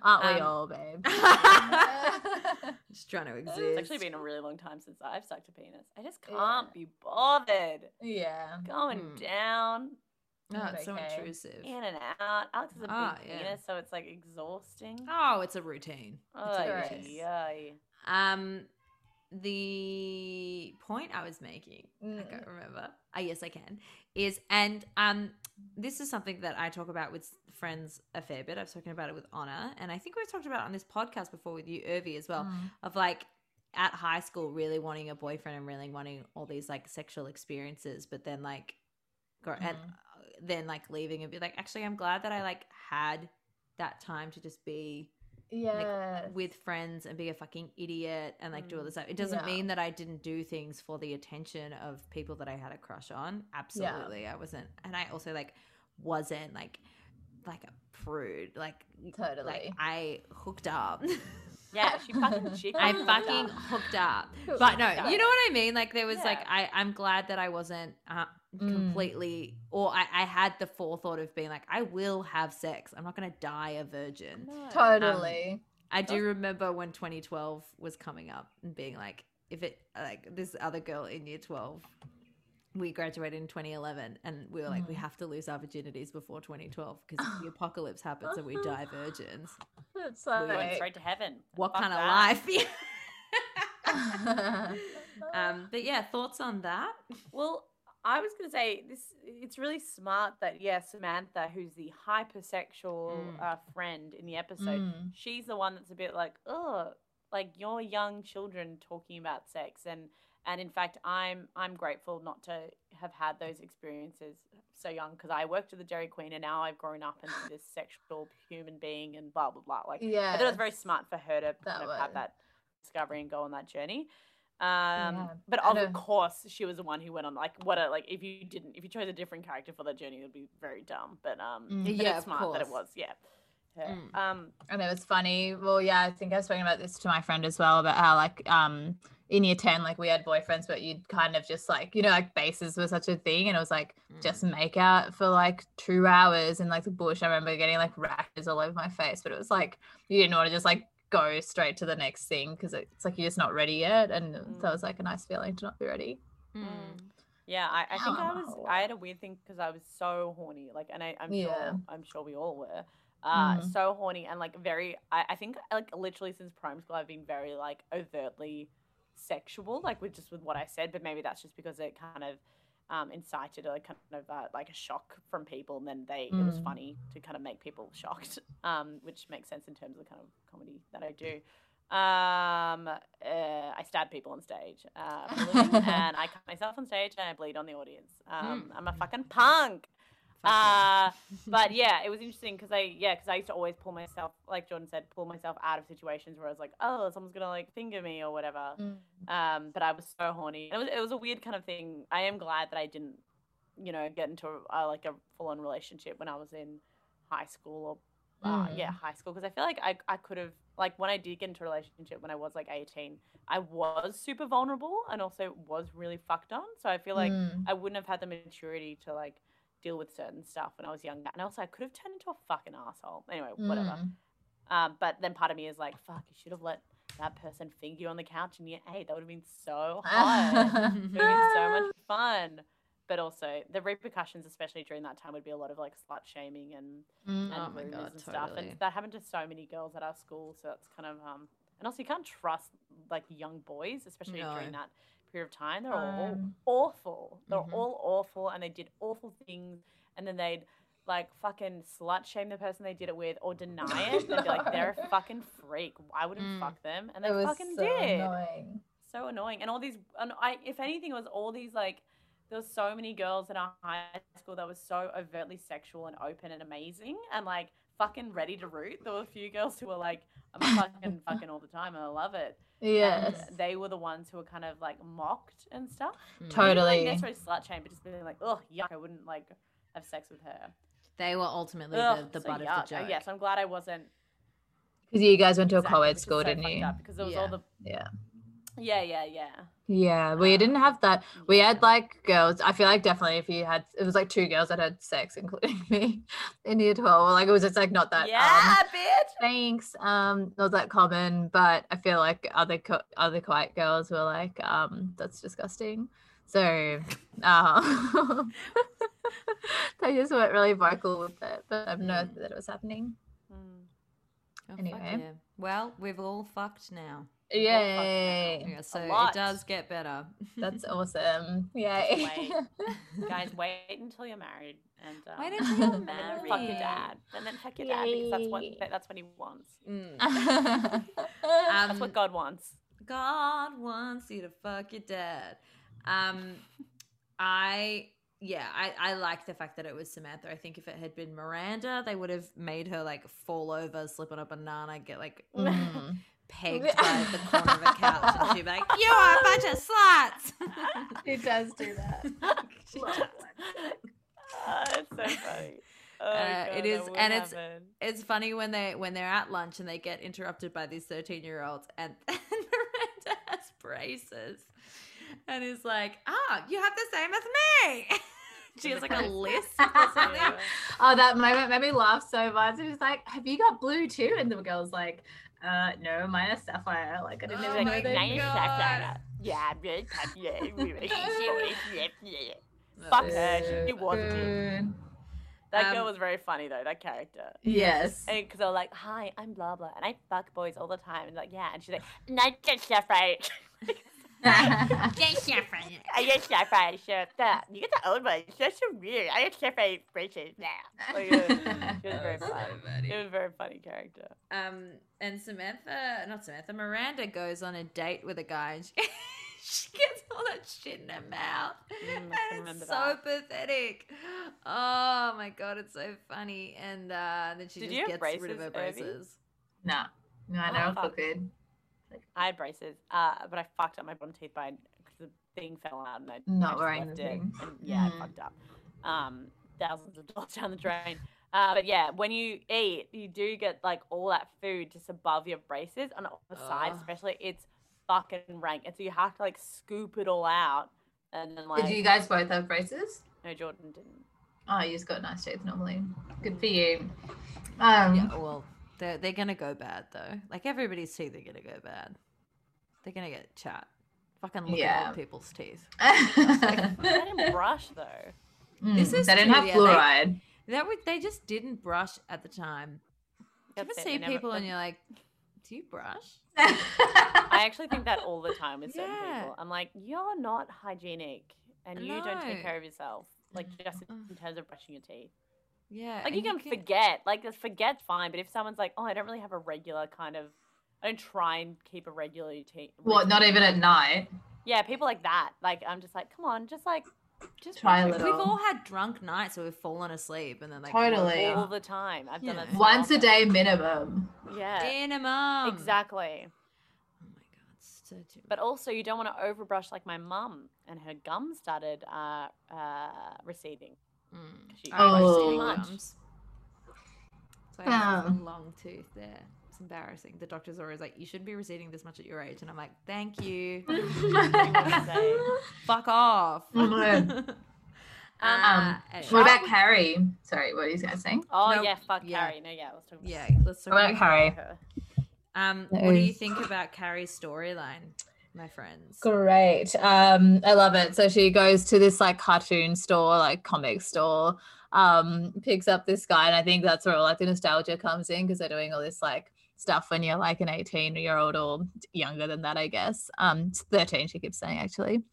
Speaker 3: Aren't we
Speaker 2: Um,
Speaker 3: all, babe?
Speaker 2: Just trying to exist.
Speaker 1: It's actually been a really long time since I've sucked a penis. I just can't be bothered.
Speaker 3: yeah.
Speaker 1: Going
Speaker 2: Mm.
Speaker 1: down,
Speaker 2: oh, it's so
Speaker 3: Okay.
Speaker 2: intrusive.
Speaker 1: in and out. Alex is a
Speaker 2: Ah,
Speaker 1: big
Speaker 2: yeah.
Speaker 1: penis, so it's like exhausting.
Speaker 2: Oh, it's a routine.
Speaker 1: Oh,
Speaker 3: gross.
Speaker 1: yay.
Speaker 2: Um, the point I was making, I
Speaker 3: Mm.
Speaker 2: can't remember. I yes, I can. Is and um, this is something that I talk about with friends a fair bit. I've spoken about it with Honor, and I think we've talked about it on this podcast before with you, Irvi, as well.
Speaker 3: Mm.
Speaker 2: Of like at high school, really wanting a boyfriend and really wanting all these like sexual experiences, but then like, gr- and
Speaker 3: Mhm.
Speaker 2: uh, then like leaving and be like, actually, I'm glad that I like had that time to just be
Speaker 3: Yeah.
Speaker 2: with friends and be a fucking idiot and like do all this stuff. It doesn't
Speaker 3: Mm. Yeah.
Speaker 2: mean that I didn't do things for the attention of people that I had a crush on. Absolutely, I wasn't, and I also like wasn't like like a prude. Like
Speaker 3: totally.
Speaker 2: like I hooked up.
Speaker 1: Yeah, she fucking chicken.
Speaker 2: I
Speaker 3: Oh
Speaker 1: it up.
Speaker 2: fucking hooked up.
Speaker 3: Cool.
Speaker 2: But no,
Speaker 1: Yeah.
Speaker 2: you know what I mean. Like there was
Speaker 1: Yeah.
Speaker 2: like I I'm glad that I wasn't. Uh,
Speaker 3: Mm.
Speaker 2: completely or I, I had the forethought of being like i will have sex i'm not gonna die a virgin
Speaker 1: No.
Speaker 3: Totally.
Speaker 2: I do
Speaker 1: Does-
Speaker 2: remember when 2012 was coming up and being like, if it like this other girl in year 12, we graduated in 2011, and we were like, we
Speaker 1: Mm.
Speaker 3: Mhm.
Speaker 2: have to lose our virginities before 2012 because the apocalypse happens and we die virgins. um,
Speaker 3: That's
Speaker 1: We
Speaker 3: so
Speaker 1: went
Speaker 3: great.
Speaker 1: straight to heaven.
Speaker 2: What
Speaker 1: Fuck
Speaker 2: kind of
Speaker 1: that.
Speaker 2: life? um, but yeah, thoughts on that?
Speaker 1: Well, I was going to say this. It's really smart that yeah, Samantha, who's the hypersexual
Speaker 2: Mm.
Speaker 1: uh, friend in the episode,
Speaker 3: Mm.
Speaker 1: she's the one that's a bit like, oh, like your young children talking about sex, and and in fact, I'm I'm grateful not to have had those experiences so young because I worked at the Dairy Queen and now I've grown up into this sexual human being and blah blah blah. Like
Speaker 3: Yeah.
Speaker 1: I thought it was very smart for her to
Speaker 3: That
Speaker 1: kind of have
Speaker 3: was.
Speaker 1: that discovery and go on that journey. Um,
Speaker 3: Yeah.
Speaker 1: but
Speaker 3: I
Speaker 1: of
Speaker 3: don't-
Speaker 1: course, she was the one who went on. Like, what a like if you didn't, if you chose a different character for that journey, it would be very dumb. But um,
Speaker 3: Mm.
Speaker 1: but
Speaker 2: Yeah,
Speaker 1: it's
Speaker 2: of
Speaker 1: smart that it
Speaker 2: course.
Speaker 1: was. Yeah. Her.
Speaker 2: Mm.
Speaker 1: Um,
Speaker 3: And it was funny. Well, yeah, I think I've spoken about this to my friend as well about how like um in year ten, like we had boyfriends, but you'd kind of just like you know like bases were such a thing, and it was like
Speaker 1: Hmm.
Speaker 3: just make out for like two hours in like the bush. I remember getting like rashes all over my face, but it was like you didn't want to just like go straight to the next thing because it's like you're just not ready yet, and
Speaker 1: Hmm.
Speaker 3: that was like a nice feeling to not be ready.
Speaker 1: Mm. Yeah, I, I think I was. I had a weird thing because I was so horny, like, and I, I'm
Speaker 3: Yeah.
Speaker 1: sure I'm sure we all were. Uh,
Speaker 3: Mhm.
Speaker 1: so horny and like very. I, I think like literally since prime school, I've been very like overtly sexual, like with just with what I said. But maybe that's just because it kind of um, incited a kind of uh, like a shock from people, and then they it was
Speaker 3: Mm.
Speaker 1: funny to kind of make people shocked, um, which makes sense in terms of the kind of comedy that I do. Um, uh, I stab people on stage, uh, for a living, and I cut myself on stage, and I bleed on the audience. Um, I'm a fucking punk. Uh, but yeah, it was interesting because I yeah because I used to always pull myself like Jordan said pull myself out of situations where I was like oh someone's gonna like finger me or whatever.
Speaker 3: Hmm.
Speaker 1: Um, but I was so horny. It was it was a weird kind of thing. I am glad that I didn't you know get into a, like a full on relationship when I was in high school or uh,
Speaker 3: Mm.
Speaker 1: yeah, high school because I feel like I, I could have like when I did get into a relationship when I was like 18, I was super vulnerable and also was really fucked on. So I feel like
Speaker 3: Mm.
Speaker 1: I wouldn't have had the maturity to like deal with certain stuff when I was younger. And also I could have turned into a fucking asshole. Anyway, whatever.
Speaker 3: Mm.
Speaker 1: Um, but then part of me is like, fuck, you should have let that person finger you on the couch in year eight. That would have been so hot. It would have been so much fun. But also the repercussions, especially during that time, would be a lot of like slut shaming and
Speaker 3: Mm.
Speaker 1: and
Speaker 2: Oh my
Speaker 1: rumors
Speaker 2: God,
Speaker 1: and stuff.
Speaker 2: totally.
Speaker 1: And that happened to so many girls at our school. So that's kind of um, and also you can't trust like young boys, especially
Speaker 2: No.
Speaker 1: during that period of time. They're
Speaker 3: Um,
Speaker 1: all awful. They're
Speaker 2: Mhm.
Speaker 1: all awful, and they did awful things. And then they'd like fucking slut shame the person they did it with or deny it. They'd be like, they're a fucking freak. I wouldn't
Speaker 2: Mm.
Speaker 1: fuck them, and
Speaker 3: it
Speaker 1: they
Speaker 3: was
Speaker 1: fucking
Speaker 3: so
Speaker 1: did
Speaker 3: annoying.
Speaker 1: so annoying. And all these, and I, if anything, it was all these like, there was so many girls in our high school that was so overtly sexual and open and amazing and like fucking ready to root. There were a few girls who were like, I'm fucking fucking all the time and I love it.
Speaker 3: Yes.
Speaker 1: And they were the ones who were kind of like mocked and stuff.
Speaker 2: Mm.
Speaker 3: Totally.
Speaker 1: Not necessarily slut shame, but just being like, oh, yuck, I wouldn't like have sex with her.
Speaker 2: They were ultimately
Speaker 1: Ugh,
Speaker 2: the, the
Speaker 1: so
Speaker 2: butt
Speaker 1: yuck. Oh,
Speaker 2: of the joke.
Speaker 4: Oh,
Speaker 1: Yes, I'm glad I wasn't.
Speaker 3: Because you guys went to a
Speaker 1: exactly,
Speaker 3: co
Speaker 1: which
Speaker 3: ed
Speaker 1: is
Speaker 3: school,
Speaker 1: so
Speaker 3: didn't
Speaker 1: fucked
Speaker 3: you?
Speaker 1: up because there was
Speaker 2: Yeah.
Speaker 1: all the
Speaker 3: Yeah.
Speaker 1: Yeah, yeah, yeah.
Speaker 3: Yeah, we
Speaker 1: Ah,
Speaker 3: didn't have that. We
Speaker 1: yeah.
Speaker 3: had like girls. I feel like definitely if you had, it was like two girls that had sex, including me, in year twelve. Like it was just like not that. um,
Speaker 1: yeah, bitch.
Speaker 3: thanks. Um, not that common, but I feel like other co- other quiet girls were like, um, that's disgusting. So, uh, they just weren't really vocal with it, but I've noticed that it was happening.
Speaker 1: Mm.
Speaker 2: Oh, fuck
Speaker 3: Anyway.
Speaker 2: yeah. Well, we've all fucked now.
Speaker 3: Yay!
Speaker 2: Yeah, so
Speaker 1: lot.
Speaker 2: it does get better.
Speaker 3: That's awesome. Yay!
Speaker 1: Wait. Guys, wait until you're married and um,
Speaker 2: Wait until you're
Speaker 1: and then fuck your
Speaker 2: married.
Speaker 1: dad, and then fuck your dad because that's what
Speaker 3: Yay.
Speaker 1: that's what he wants.
Speaker 2: Mm.
Speaker 3: um,
Speaker 1: That's
Speaker 2: Um,
Speaker 1: what God wants.
Speaker 2: God wants
Speaker 4: wants you to fuck your dad. Um, I yeah, I I like the fact that it was Samantha. I think if it had been Miranda, they would have made her like fall over, slip on a banana, get like
Speaker 3: mm.
Speaker 4: pegged by the corner of a couch, and she'd be like,
Speaker 2: you are a bunch of sluts.
Speaker 3: It does do that.
Speaker 2: She just-
Speaker 1: Ah, it's so funny. Oh,
Speaker 2: Uh, it
Speaker 1: God,
Speaker 2: is-
Speaker 1: that would
Speaker 2: and it's-
Speaker 1: happen.
Speaker 2: it's funny when they when they're at lunch and they get interrupted by these 13 year olds and then Miranda has braces and is like, ah, you have the same as me. she has like a list or something.
Speaker 1: Yeah.
Speaker 3: Oh, that moment made me laugh so much. It was like, "Have you got blue too?" And the girl's like, "Uh, no, mine is sapphire." Like I didn't
Speaker 2: Oh
Speaker 1: They're
Speaker 3: even know
Speaker 1: like,
Speaker 2: my
Speaker 3: they
Speaker 1: "Nice
Speaker 3: knew."
Speaker 2: God.
Speaker 1: shot, Yeah, I'm really happy. Yeah, we were- yeah, yeah.
Speaker 2: That
Speaker 1: Fuck
Speaker 2: was-
Speaker 1: her. She
Speaker 3: Boo,
Speaker 1: wasn't it.
Speaker 3: boo.
Speaker 1: That
Speaker 2: Um,
Speaker 1: girl was very funny though. That character.
Speaker 3: Yes.
Speaker 1: Because they're like, "Hi, I'm blah blah," and I fuck boys all the time, and like, yeah, and she's like, "Nice shot, right? I just shot right, sure. That you get the old one. It's just so weird. I just shot right braces now." Like, uh, she was very
Speaker 2: that was so
Speaker 1: funny.
Speaker 2: funny.
Speaker 1: It was a very funny character.
Speaker 2: Um, and Samantha, not Samantha, Miranda goes on a date with a guy and she, she gets all that shit in her mouth.
Speaker 1: Mm, I can
Speaker 2: and it's
Speaker 1: remember
Speaker 2: so pathetic. Oh my God, it's so funny. And uh, then she
Speaker 1: Did you
Speaker 2: just
Speaker 1: have
Speaker 2: gets rid of
Speaker 1: braces,
Speaker 2: her
Speaker 1: Irby?
Speaker 2: braces.
Speaker 3: no, no, I
Speaker 1: Oh,
Speaker 3: know. feel
Speaker 1: fuck.
Speaker 3: good.
Speaker 1: I had braces, uh, but I fucked up my bottom teeth by because the thing fell out and I
Speaker 3: Not
Speaker 1: I just
Speaker 3: wearing
Speaker 1: left
Speaker 3: the
Speaker 1: it,
Speaker 3: thing.
Speaker 1: and yeah,
Speaker 3: Mm.
Speaker 1: I fucked up. Um, thousands of dollars down the drain. Uh, but yeah, when you eat, you do get like all that food just above your braces and on the sides,
Speaker 2: Ugh.
Speaker 1: especially. It's fucking rank, and so you have to like scoop it all out. And then like,
Speaker 3: Did you guys both have braces?
Speaker 1: no, Jordan didn't.
Speaker 3: Oh, you just got nice teeth normally. Good for you. Um,
Speaker 2: Yeah, well, they're, they're going to go bad though. Like everybody's teeth are going to go bad. They're going to get chat. Fucking look at
Speaker 3: Yeah.
Speaker 2: old people's teeth.
Speaker 1: I didn't brush though.
Speaker 3: Mm,
Speaker 2: is
Speaker 3: they didn't
Speaker 2: true,
Speaker 3: have
Speaker 2: yeah, they-
Speaker 3: fluoride.
Speaker 2: That would, they just didn't brush at the time. You ever
Speaker 1: That's it,
Speaker 2: see
Speaker 1: they never-
Speaker 2: people and
Speaker 1: the-
Speaker 2: you're like, do you brush?
Speaker 1: I actually think that all the time with certain
Speaker 2: Yeah.
Speaker 1: people. I'm like, you're not hygienic and you don't
Speaker 2: No.
Speaker 1: take care of yourself. Like just
Speaker 2: Ugh.
Speaker 1: in terms of brushing your teeth.
Speaker 2: Yeah.
Speaker 1: Like
Speaker 2: and
Speaker 1: Uh, you can forget. Like just forget's fine, but if someone's like, Oh, I don't really have a regular kind of I don't try and keep a regular routine.
Speaker 3: what? Not
Speaker 1: routine."
Speaker 3: even at night.
Speaker 1: Yeah, people like that. Like I'm just like, come on, just like just
Speaker 3: Try a
Speaker 1: brush it."
Speaker 3: little.
Speaker 2: We've all had drunk nights where we've fallen asleep and then like
Speaker 3: Totally.
Speaker 1: all
Speaker 2: woke
Speaker 1: the time. I've done
Speaker 2: Yeah.
Speaker 1: that so
Speaker 3: Once a
Speaker 1: often.
Speaker 3: day minimum.
Speaker 2: up.
Speaker 1: Yeah.
Speaker 2: Minimum.
Speaker 1: Exactly.
Speaker 2: Oh my god, so too.
Speaker 1: But also, you don't want to overbrush like my mum, and her gum started uh, uh, receding.
Speaker 2: Mm.
Speaker 1: She
Speaker 2: I brushed
Speaker 3: Oh.
Speaker 1: brushed
Speaker 2: too
Speaker 1: too much.
Speaker 2: Gums. So I have a
Speaker 3: Um.
Speaker 2: long tooth there. It's embarrassing. The doctor's always like, "You shouldn't be receding this much at your age," and I'm like, "Thank you. Fuck off." Um,
Speaker 3: Oh my.
Speaker 2: Uh, anyway.
Speaker 3: What about Carrie? Sorry, what are you guys saying?
Speaker 1: Oh
Speaker 2: No,
Speaker 1: yeah, fuck
Speaker 2: yeah.
Speaker 1: Carrie. No, yeah, let's talk about
Speaker 2: Yeah, let's talk
Speaker 3: What about
Speaker 2: about.
Speaker 3: Carrie?
Speaker 1: her.
Speaker 2: Um,
Speaker 3: That
Speaker 2: what do you
Speaker 3: is-
Speaker 2: think about Carrie's storyline, my friends?
Speaker 3: Great. Um, I love it. So she goes to this like cartoon store, like comic store, um, picks up this guy. And I think that's where all like the nostalgia comes in because they're doing all this like stuff when you're like an 18 year old or younger than that, I guess. Um, it's 13, she keeps saying actually.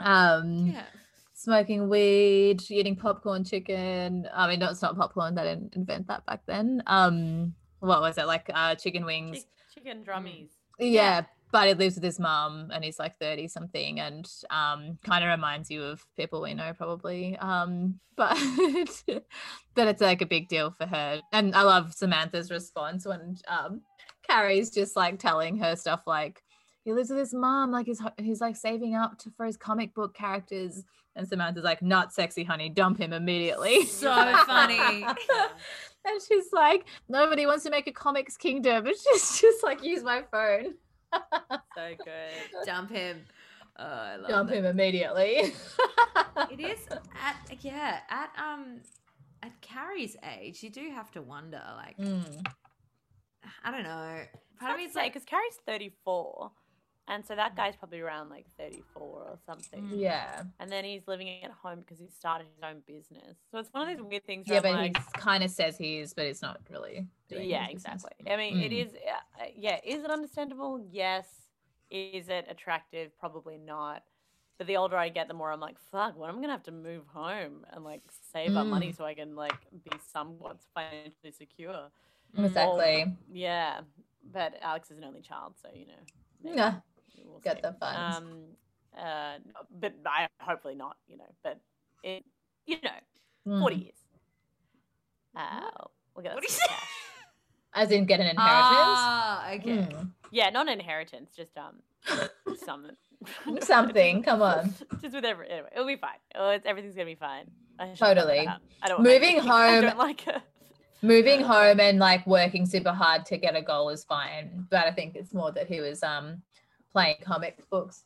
Speaker 3: Um,
Speaker 2: Yeah.
Speaker 3: smoking weed, eating popcorn chicken. I mean, no, it's not popcorn. They didn't invent that back then. Um, what was it like? Uh, chicken wings.
Speaker 1: Chick- chicken
Speaker 2: Mm.
Speaker 1: drummies.
Speaker 3: yeah. but he lives with his mum, and he's like thirty something, and um, kind of reminds you of people we know probably. Um, but but it's like a big deal for her, and I love Samantha's response when um, Carrie's just like telling her stuff like. He lives with his mom, like he's ho- he's like saving up to, for his comic book characters, and Samantha's like, "Not sexy, honey. Dump him immediately."
Speaker 2: So funny.
Speaker 3: And she's like, nobody wants to make a comics kingdom. And she's just like, use my phone.
Speaker 1: so good.
Speaker 2: Dump him. Oh, I love
Speaker 3: Dump
Speaker 2: that.
Speaker 3: him immediately.
Speaker 2: It is at yeah at um at Carrie's age, you do have to wonder. Like
Speaker 3: Mm.
Speaker 2: I don't know. Part
Speaker 1: Hard
Speaker 2: of
Speaker 1: to
Speaker 2: me's
Speaker 1: say
Speaker 2: like
Speaker 1: because Carrie's 34, and so that guy's probably around like 34 or something.
Speaker 2: Mm.
Speaker 3: Yeah.
Speaker 1: And then he's living at home because he started his own business. So it's one of those weird things. Where
Speaker 3: Yeah,
Speaker 1: I'm
Speaker 3: but
Speaker 1: like,
Speaker 3: he kind of says he is, but it's not really. doing
Speaker 1: yeah,
Speaker 3: his business.
Speaker 1: exactly. I mean, it
Speaker 3: Mm.
Speaker 1: is. Uh, yeah, is it understandable? Yes. Is it attractive? Probably not. But the older I get, the more I'm like, fuck. What I'm gonna have to move home and like save up money
Speaker 3: Hmm.
Speaker 1: so I can like be somewhat financially secure.
Speaker 2: "Hmm,
Speaker 3: Exactly.
Speaker 1: Yeah, but Alex is an only child, so you know. maybe
Speaker 3: Yeah.
Speaker 1: we'll
Speaker 3: Get
Speaker 1: see.
Speaker 3: the funds.
Speaker 1: Um, uh, but I hopefully not. You know, but it, you know,
Speaker 3: Hmm.
Speaker 1: forty years. Uh, we'll get that
Speaker 2: What do you
Speaker 1: sorted
Speaker 2: say?
Speaker 1: out.
Speaker 3: As in
Speaker 1: Uh,
Speaker 3: get an inheritance.
Speaker 2: Ah, okay.
Speaker 3: Mm.
Speaker 1: Yeah, not an inheritance, just um, something.
Speaker 3: Something, come on.
Speaker 1: Just with every anyway, it'll be fine. Oh, it's, everything's gonna be fine. I should cover
Speaker 3: Totally.
Speaker 1: that up. I don't. want my
Speaker 3: Moving
Speaker 1: kids- I
Speaker 3: home-
Speaker 1: don't like her.
Speaker 3: Moving home and like working super hard to get a goal is fine. But I think it's more that he was um playing comic books.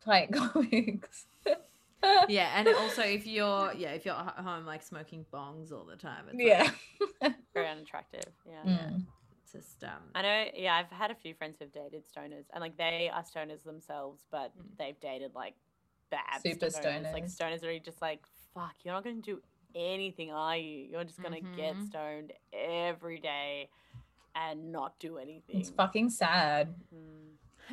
Speaker 3: Playing comics.
Speaker 2: Yeah.
Speaker 3: yeah.
Speaker 2: And
Speaker 5: and also if you're yeah if you're at home like smoking bongs all the time it's, yeah
Speaker 1: Very unattractive. Yeah.
Speaker 3: Mm.
Speaker 2: It's just um
Speaker 1: I know, yeah, I've had a few friends who've dated stoners, and like they are stoners themselves, but
Speaker 2: Mm.
Speaker 1: they've dated like bad
Speaker 3: Super
Speaker 1: Like
Speaker 3: stoners.
Speaker 1: stoners are just like, fuck, you're not going to do anything, are you? You're just going to get
Speaker 3: Mm-hmm.
Speaker 5: Mhm.
Speaker 1: stoned every day and not do anything.
Speaker 3: It's fucking sad.
Speaker 1: Mm.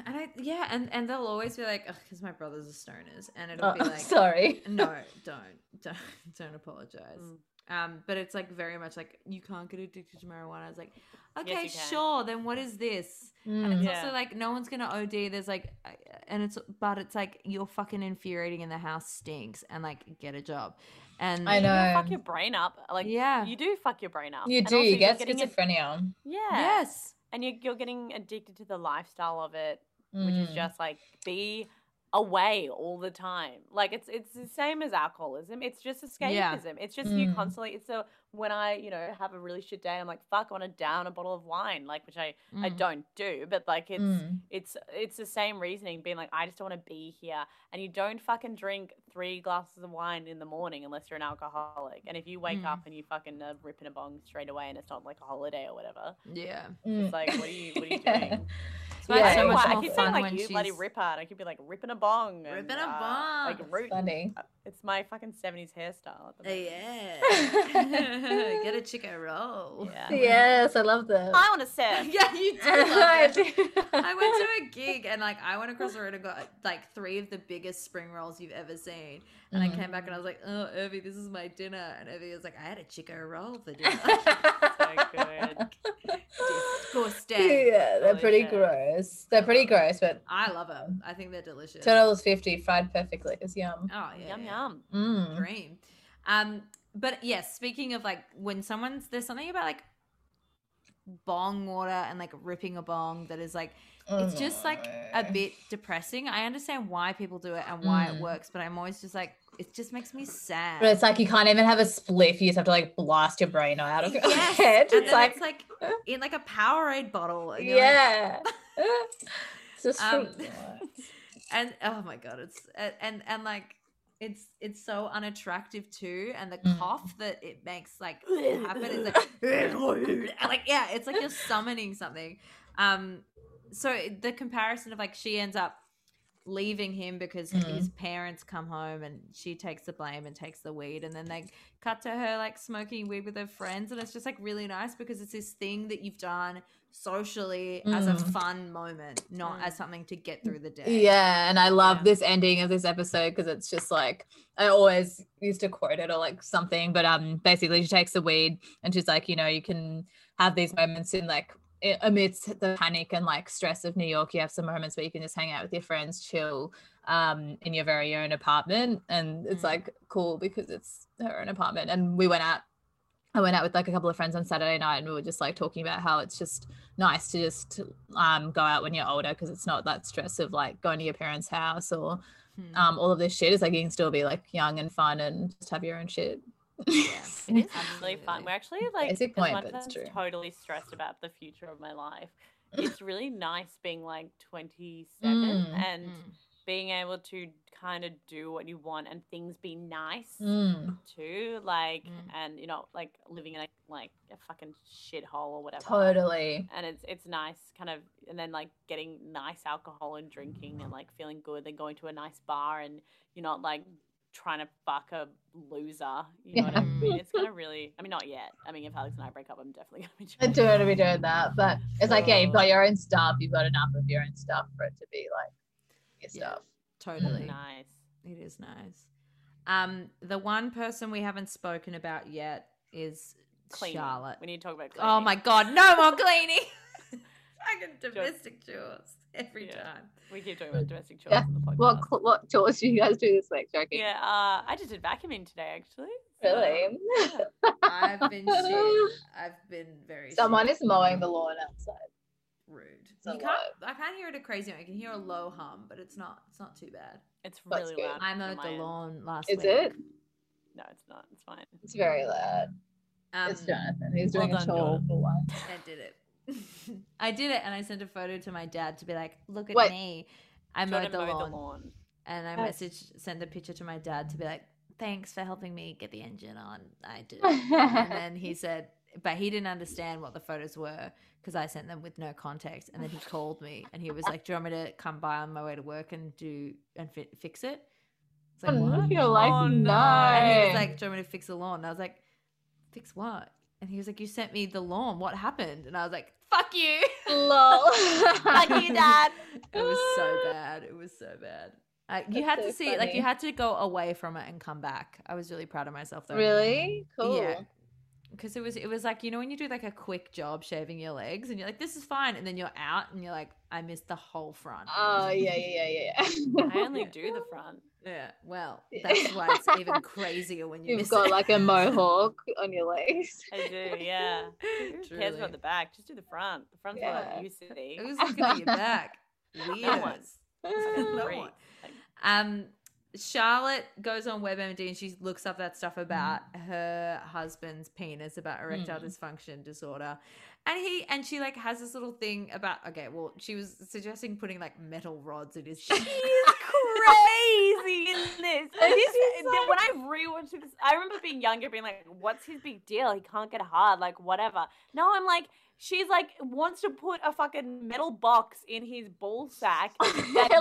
Speaker 2: and I yeah and and they'll always be like because my brothers are stoners and it'll
Speaker 3: Oh,
Speaker 2: be like
Speaker 3: sorry.
Speaker 2: no don't don't don't apologize.
Speaker 1: Mm.
Speaker 2: Um, but it's like very much like you can't get addicted to marijuana. It's like,
Speaker 1: Yes,
Speaker 2: okay,
Speaker 1: you can.
Speaker 2: sure. Then what is this? And
Speaker 3: Mm.
Speaker 2: it's
Speaker 1: Yeah.
Speaker 2: also like no one's gonna OD. There's like, I- and it's but it's like you're fucking infuriating, and the house stinks, and like get a job. And
Speaker 3: Hmm. I know.
Speaker 1: You fuck your brain up. uh, Like,
Speaker 2: yeah,
Speaker 1: you do fuck your brain up.
Speaker 3: Um, You
Speaker 1: And
Speaker 3: do,
Speaker 1: also
Speaker 3: you
Speaker 1: you're
Speaker 3: get
Speaker 1: getting ad-
Speaker 3: schizophrenia.
Speaker 1: yeah.
Speaker 2: yes,
Speaker 1: And you're, you're getting addicted to the lifestyle of it. which
Speaker 3: Mm.
Speaker 1: is just like be away all the time. Like it's it's the same as alcoholism. It's just escapism.
Speaker 5: Yeah.
Speaker 1: It's just you
Speaker 3: Mm.
Speaker 1: constantly. It's a when I you know have a really shit day, I'm like fuck, I want to down a bottle of wine, like which I I
Speaker 5: Mm.
Speaker 1: don't do, but like it's.
Speaker 3: Mm.
Speaker 1: It's it's the same reasoning, being like, I just don't want to be here. And you don't fucking drink three glasses of wine in the morning unless you're an alcoholic. And if you wake
Speaker 5: Mm.
Speaker 1: up and you fucking are ripping a bong straight away and it's not like a holiday or whatever,
Speaker 2: yeah.
Speaker 1: it's
Speaker 3: Mm.
Speaker 1: like, what are you what are you
Speaker 3: Yeah.
Speaker 1: doing?
Speaker 5: why
Speaker 1: Yeah,
Speaker 5: it's so
Speaker 1: I,
Speaker 5: much
Speaker 1: why- I
Speaker 5: more
Speaker 1: keep
Speaker 5: fun
Speaker 1: saying like
Speaker 5: when
Speaker 1: you bloody
Speaker 5: she's-
Speaker 1: ripper, and I keuld be like ripping a bong, and,
Speaker 2: Ripping a
Speaker 1: uh,
Speaker 2: bong.
Speaker 1: like root.
Speaker 3: Funny.
Speaker 1: It's my fucking seventies hairstyle.
Speaker 5: Uh,
Speaker 1: At the moment.
Speaker 2: Yeah, get a chicken roll.
Speaker 1: Yeah.
Speaker 3: Yes, I love that.
Speaker 1: I want to surf.
Speaker 2: yeah, you do.
Speaker 3: I
Speaker 2: Love it.
Speaker 3: do.
Speaker 2: I went to a gig and like I went across the road and got like three of the biggest spring rolls you've ever seen. And I
Speaker 3: Mhm.
Speaker 2: came back and I was like, "Oh, Irvy, this is my dinner." And Irvy was like, "I had a chicken roll for dinner." Disgusting.
Speaker 3: Yeah, they're
Speaker 1: Holy
Speaker 3: pretty
Speaker 1: shit.
Speaker 3: gross. They're pretty gross, but
Speaker 2: I love them. I think they're delicious.
Speaker 3: two dollars fifty fried perfectly is yum.
Speaker 2: Oh yeah,
Speaker 1: Yum
Speaker 2: yeah.
Speaker 1: yum.
Speaker 3: Mm.
Speaker 2: dream. Um, but yes, speaking of like when someone's there's something about like bong water and like ripping a bong that is like it's just like a
Speaker 3: Mm.
Speaker 2: bit depressing. I understand why people do it and why it
Speaker 3: Mm.
Speaker 2: works, but I'm always just like it just makes me sad.
Speaker 3: But it's like you can't even have a spliff. You just have to like blast your brain out of your
Speaker 2: Yes,
Speaker 3: head.
Speaker 2: and then
Speaker 3: It's like,
Speaker 2: it's like in like a Powerade bottle. and you're like-
Speaker 3: yeah. it's just so
Speaker 2: Um, and oh my god, it's and and, and like. It's it's so unattractive too, and the
Speaker 3: Mm.
Speaker 2: cough that it makes like happen is like and, like yeah, it's like you're summoning something. Um, so the comparison of like she ends up leaving him because
Speaker 3: Mm.
Speaker 2: his parents come home and she takes the blame and takes the weed, and then they cut to her like smoking weed with her friends, and it's just like really nice because it's this thing that you've done socially as a
Speaker 3: Mm.
Speaker 2: fun moment, not
Speaker 1: Mm.
Speaker 2: as something to get through the day.
Speaker 3: Yeah, and I love
Speaker 1: Yeah.
Speaker 3: this ending of this episode because it's just like I always used to quote it or like something, but um, basically she takes the weed and she's like, you know, you can have these moments in like i- amidst the panic and like stress of New York, you have some moments where you can just hang out with your friends, chill, um, in your very own apartment, and it's
Speaker 2: Mm.
Speaker 3: like cool because it's her own apartment. And we went out. I went out with like a couple of friends on Saturday night, and we were just like talking about how it's just nice to just um, go out when you're older because it's not that stress of like going to your parents' house or
Speaker 2: Hmm.
Speaker 3: um, all of this shit. It's like you can still be like young and fun and just have your own shit.
Speaker 1: It is actually fun. We're actually like
Speaker 3: Basic
Speaker 1: as
Speaker 3: point,
Speaker 1: much
Speaker 3: but
Speaker 1: as
Speaker 3: it's
Speaker 1: I'm
Speaker 3: true.
Speaker 1: totally stressed about the future of my life. it's really nice being like 27
Speaker 3: Mm,
Speaker 4: Hmm.
Speaker 1: and
Speaker 2: mm.
Speaker 1: being able to kind of do what you want and things be nice
Speaker 3: Mm,
Speaker 1: too. Like,
Speaker 2: Mm.
Speaker 1: and you know, like living in a, like a fucking shithole or whatever.
Speaker 3: totally.
Speaker 1: And it's it's nice, kind of, and then like getting nice alcohol and drinking and like feeling good, then going to a nice bar and you're not like trying to fuck a loser. You know what I mean? It's kind of really. I mean, not yet. I mean, if Alex and I break up, I'm definitely gonna be.
Speaker 3: I
Speaker 1: trying
Speaker 3: don't want to be doing that, but it's like, yeah, you've got your own stuff. You've got enough of your own stuff for it to be like your
Speaker 2: Yeah.
Speaker 3: stuff.
Speaker 4: Hmm.
Speaker 2: Totally.
Speaker 1: Nice.
Speaker 2: It is nice.
Speaker 4: Um,
Speaker 2: The one person we haven't spoken about yet is
Speaker 1: Cleaning.
Speaker 2: Charlotte.
Speaker 1: We need to talk about. Cleaning.
Speaker 2: Oh my god, no more cleaning.
Speaker 4: fucking domestic chores every
Speaker 1: Yeah.
Speaker 4: time.
Speaker 1: We keep talking about domestic chores
Speaker 3: Yeah.
Speaker 1: on the podcast.
Speaker 3: What cl- what chores do you guys do this week? Joking.
Speaker 1: yeah, uh, I just did vacuuming today, actually. so-
Speaker 3: Really?
Speaker 1: Yeah.
Speaker 4: I've been shit. I've been very
Speaker 3: Someone
Speaker 4: shit.
Speaker 3: is mowing the lawn outside.
Speaker 4: rude.
Speaker 3: It's a
Speaker 4: you can't. I can't hear it a crazy. amount. I can hear a low hum, but it's not. It's not too bad.
Speaker 1: It's
Speaker 3: That's
Speaker 1: really
Speaker 3: good.
Speaker 1: loud.
Speaker 2: I
Speaker 1: on
Speaker 2: mowed
Speaker 1: my
Speaker 2: the
Speaker 1: end.
Speaker 2: lawn last
Speaker 3: Is
Speaker 2: week.
Speaker 3: it?
Speaker 1: No, it's not. It's fine.
Speaker 3: It's very loud.
Speaker 4: Um,
Speaker 3: it's Jonathan. He's
Speaker 1: well
Speaker 3: doing a
Speaker 1: done,
Speaker 3: chore
Speaker 1: Jonathan.
Speaker 3: for one.
Speaker 4: I did it.
Speaker 2: I did it and I sent a photo to my dad to be like, look at
Speaker 3: Wait.
Speaker 2: me. I mowed
Speaker 1: Jordan
Speaker 2: the
Speaker 1: mowed
Speaker 2: lawn.
Speaker 1: the lawn.
Speaker 2: And I
Speaker 3: Nice.
Speaker 2: messaged sent the picture to my dad to be like, Thanks for helping me get the engine on. I did it. and then he said, but he didn't understand what the photos were because I sent them with no context. And then he called me and he was like, "Do you want me to come by on my way to work and do and fi- fix it?" It's like what?
Speaker 3: You're like,
Speaker 1: Oh,
Speaker 3: no.
Speaker 1: no.
Speaker 2: And he was
Speaker 1: Hey.
Speaker 2: like, "Do you want me to fix the lawn?" And I was like, "Fix what?" And he was like, "You sent me the lawn. What happened?" And I was like, "Fuck you,
Speaker 3: lol.
Speaker 2: fuck you, dad." it was so bad. It was so bad. I, you had
Speaker 3: That's so
Speaker 2: to see, like,
Speaker 3: funny.
Speaker 2: you had to go away from it and come back. I was really proud of myself, though.
Speaker 3: really? Cool.
Speaker 2: Yeah. Because it was it was like you know when you do like a quick job shaving your legs and you're like this is fine and then you're out and you're like I missed the whole front.
Speaker 3: Oh, yeah, yeah, yeah, yeah, yeah.
Speaker 1: I only do the front.
Speaker 2: yeah. Well,
Speaker 3: Yeah.
Speaker 2: that's why it's even crazier when you
Speaker 3: You've
Speaker 2: miss
Speaker 3: got
Speaker 2: it.
Speaker 3: like a mohawk on your legs.
Speaker 1: I do, yeah. Who cares
Speaker 2: Truly.
Speaker 1: about the back? Just do the front. The front's yeah.
Speaker 3: Yeah.
Speaker 1: what you see.
Speaker 2: Who's looking at your back? Weird.
Speaker 1: one.
Speaker 2: Fucking
Speaker 1: No
Speaker 2: freak.
Speaker 1: one. Like-
Speaker 2: Um, Charlotte goes on WebMD and she looks up that stuff about her husband's penis, about erectile
Speaker 3: Mm.
Speaker 2: dysfunction disorder, and he and she like has this little thing about. Okay, well, she was suggesting putting like metal rods in his.
Speaker 1: She's crazy in this. It is-
Speaker 3: She's
Speaker 1: then when I rewatched this, I remember being younger, being like, "What's his big deal? He can't get hard, like whatever." No, I'm like, she's like wants to put a fucking metal box in his ball sack that